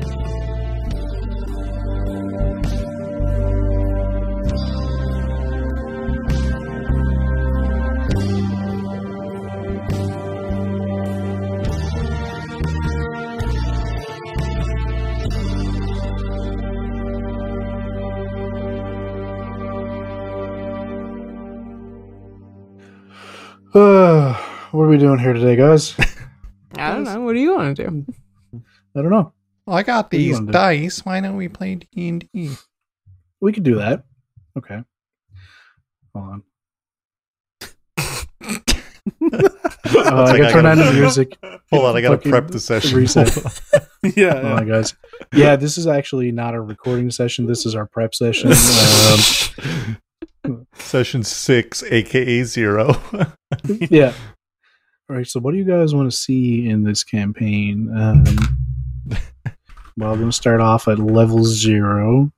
Uh, [SIGHS] what are we doing here today, guys?
I don't know. What do you want to do?
I don't know.
I got
do you
these
wanna do?
dice. Why don't we play D and
[LAUGHS]
D?
We could do that. Okay. Hold [LAUGHS] on. Uh, I gotta turn
[LAUGHS]
on the [LAUGHS] music.
Hold on, I gotta
Fucking
prep the session.
[LAUGHS] reset.
yeah,
Hold
yeah.
on, guys. Yeah, this is actually not a recording session. This is our prep session. [LAUGHS] Um,
Um, [LAUGHS] Session six, aka zero.
[LAUGHS] yeah. All right. So, what do you guys want to see in this campaign? Um, well, I'm going to start off at level zero.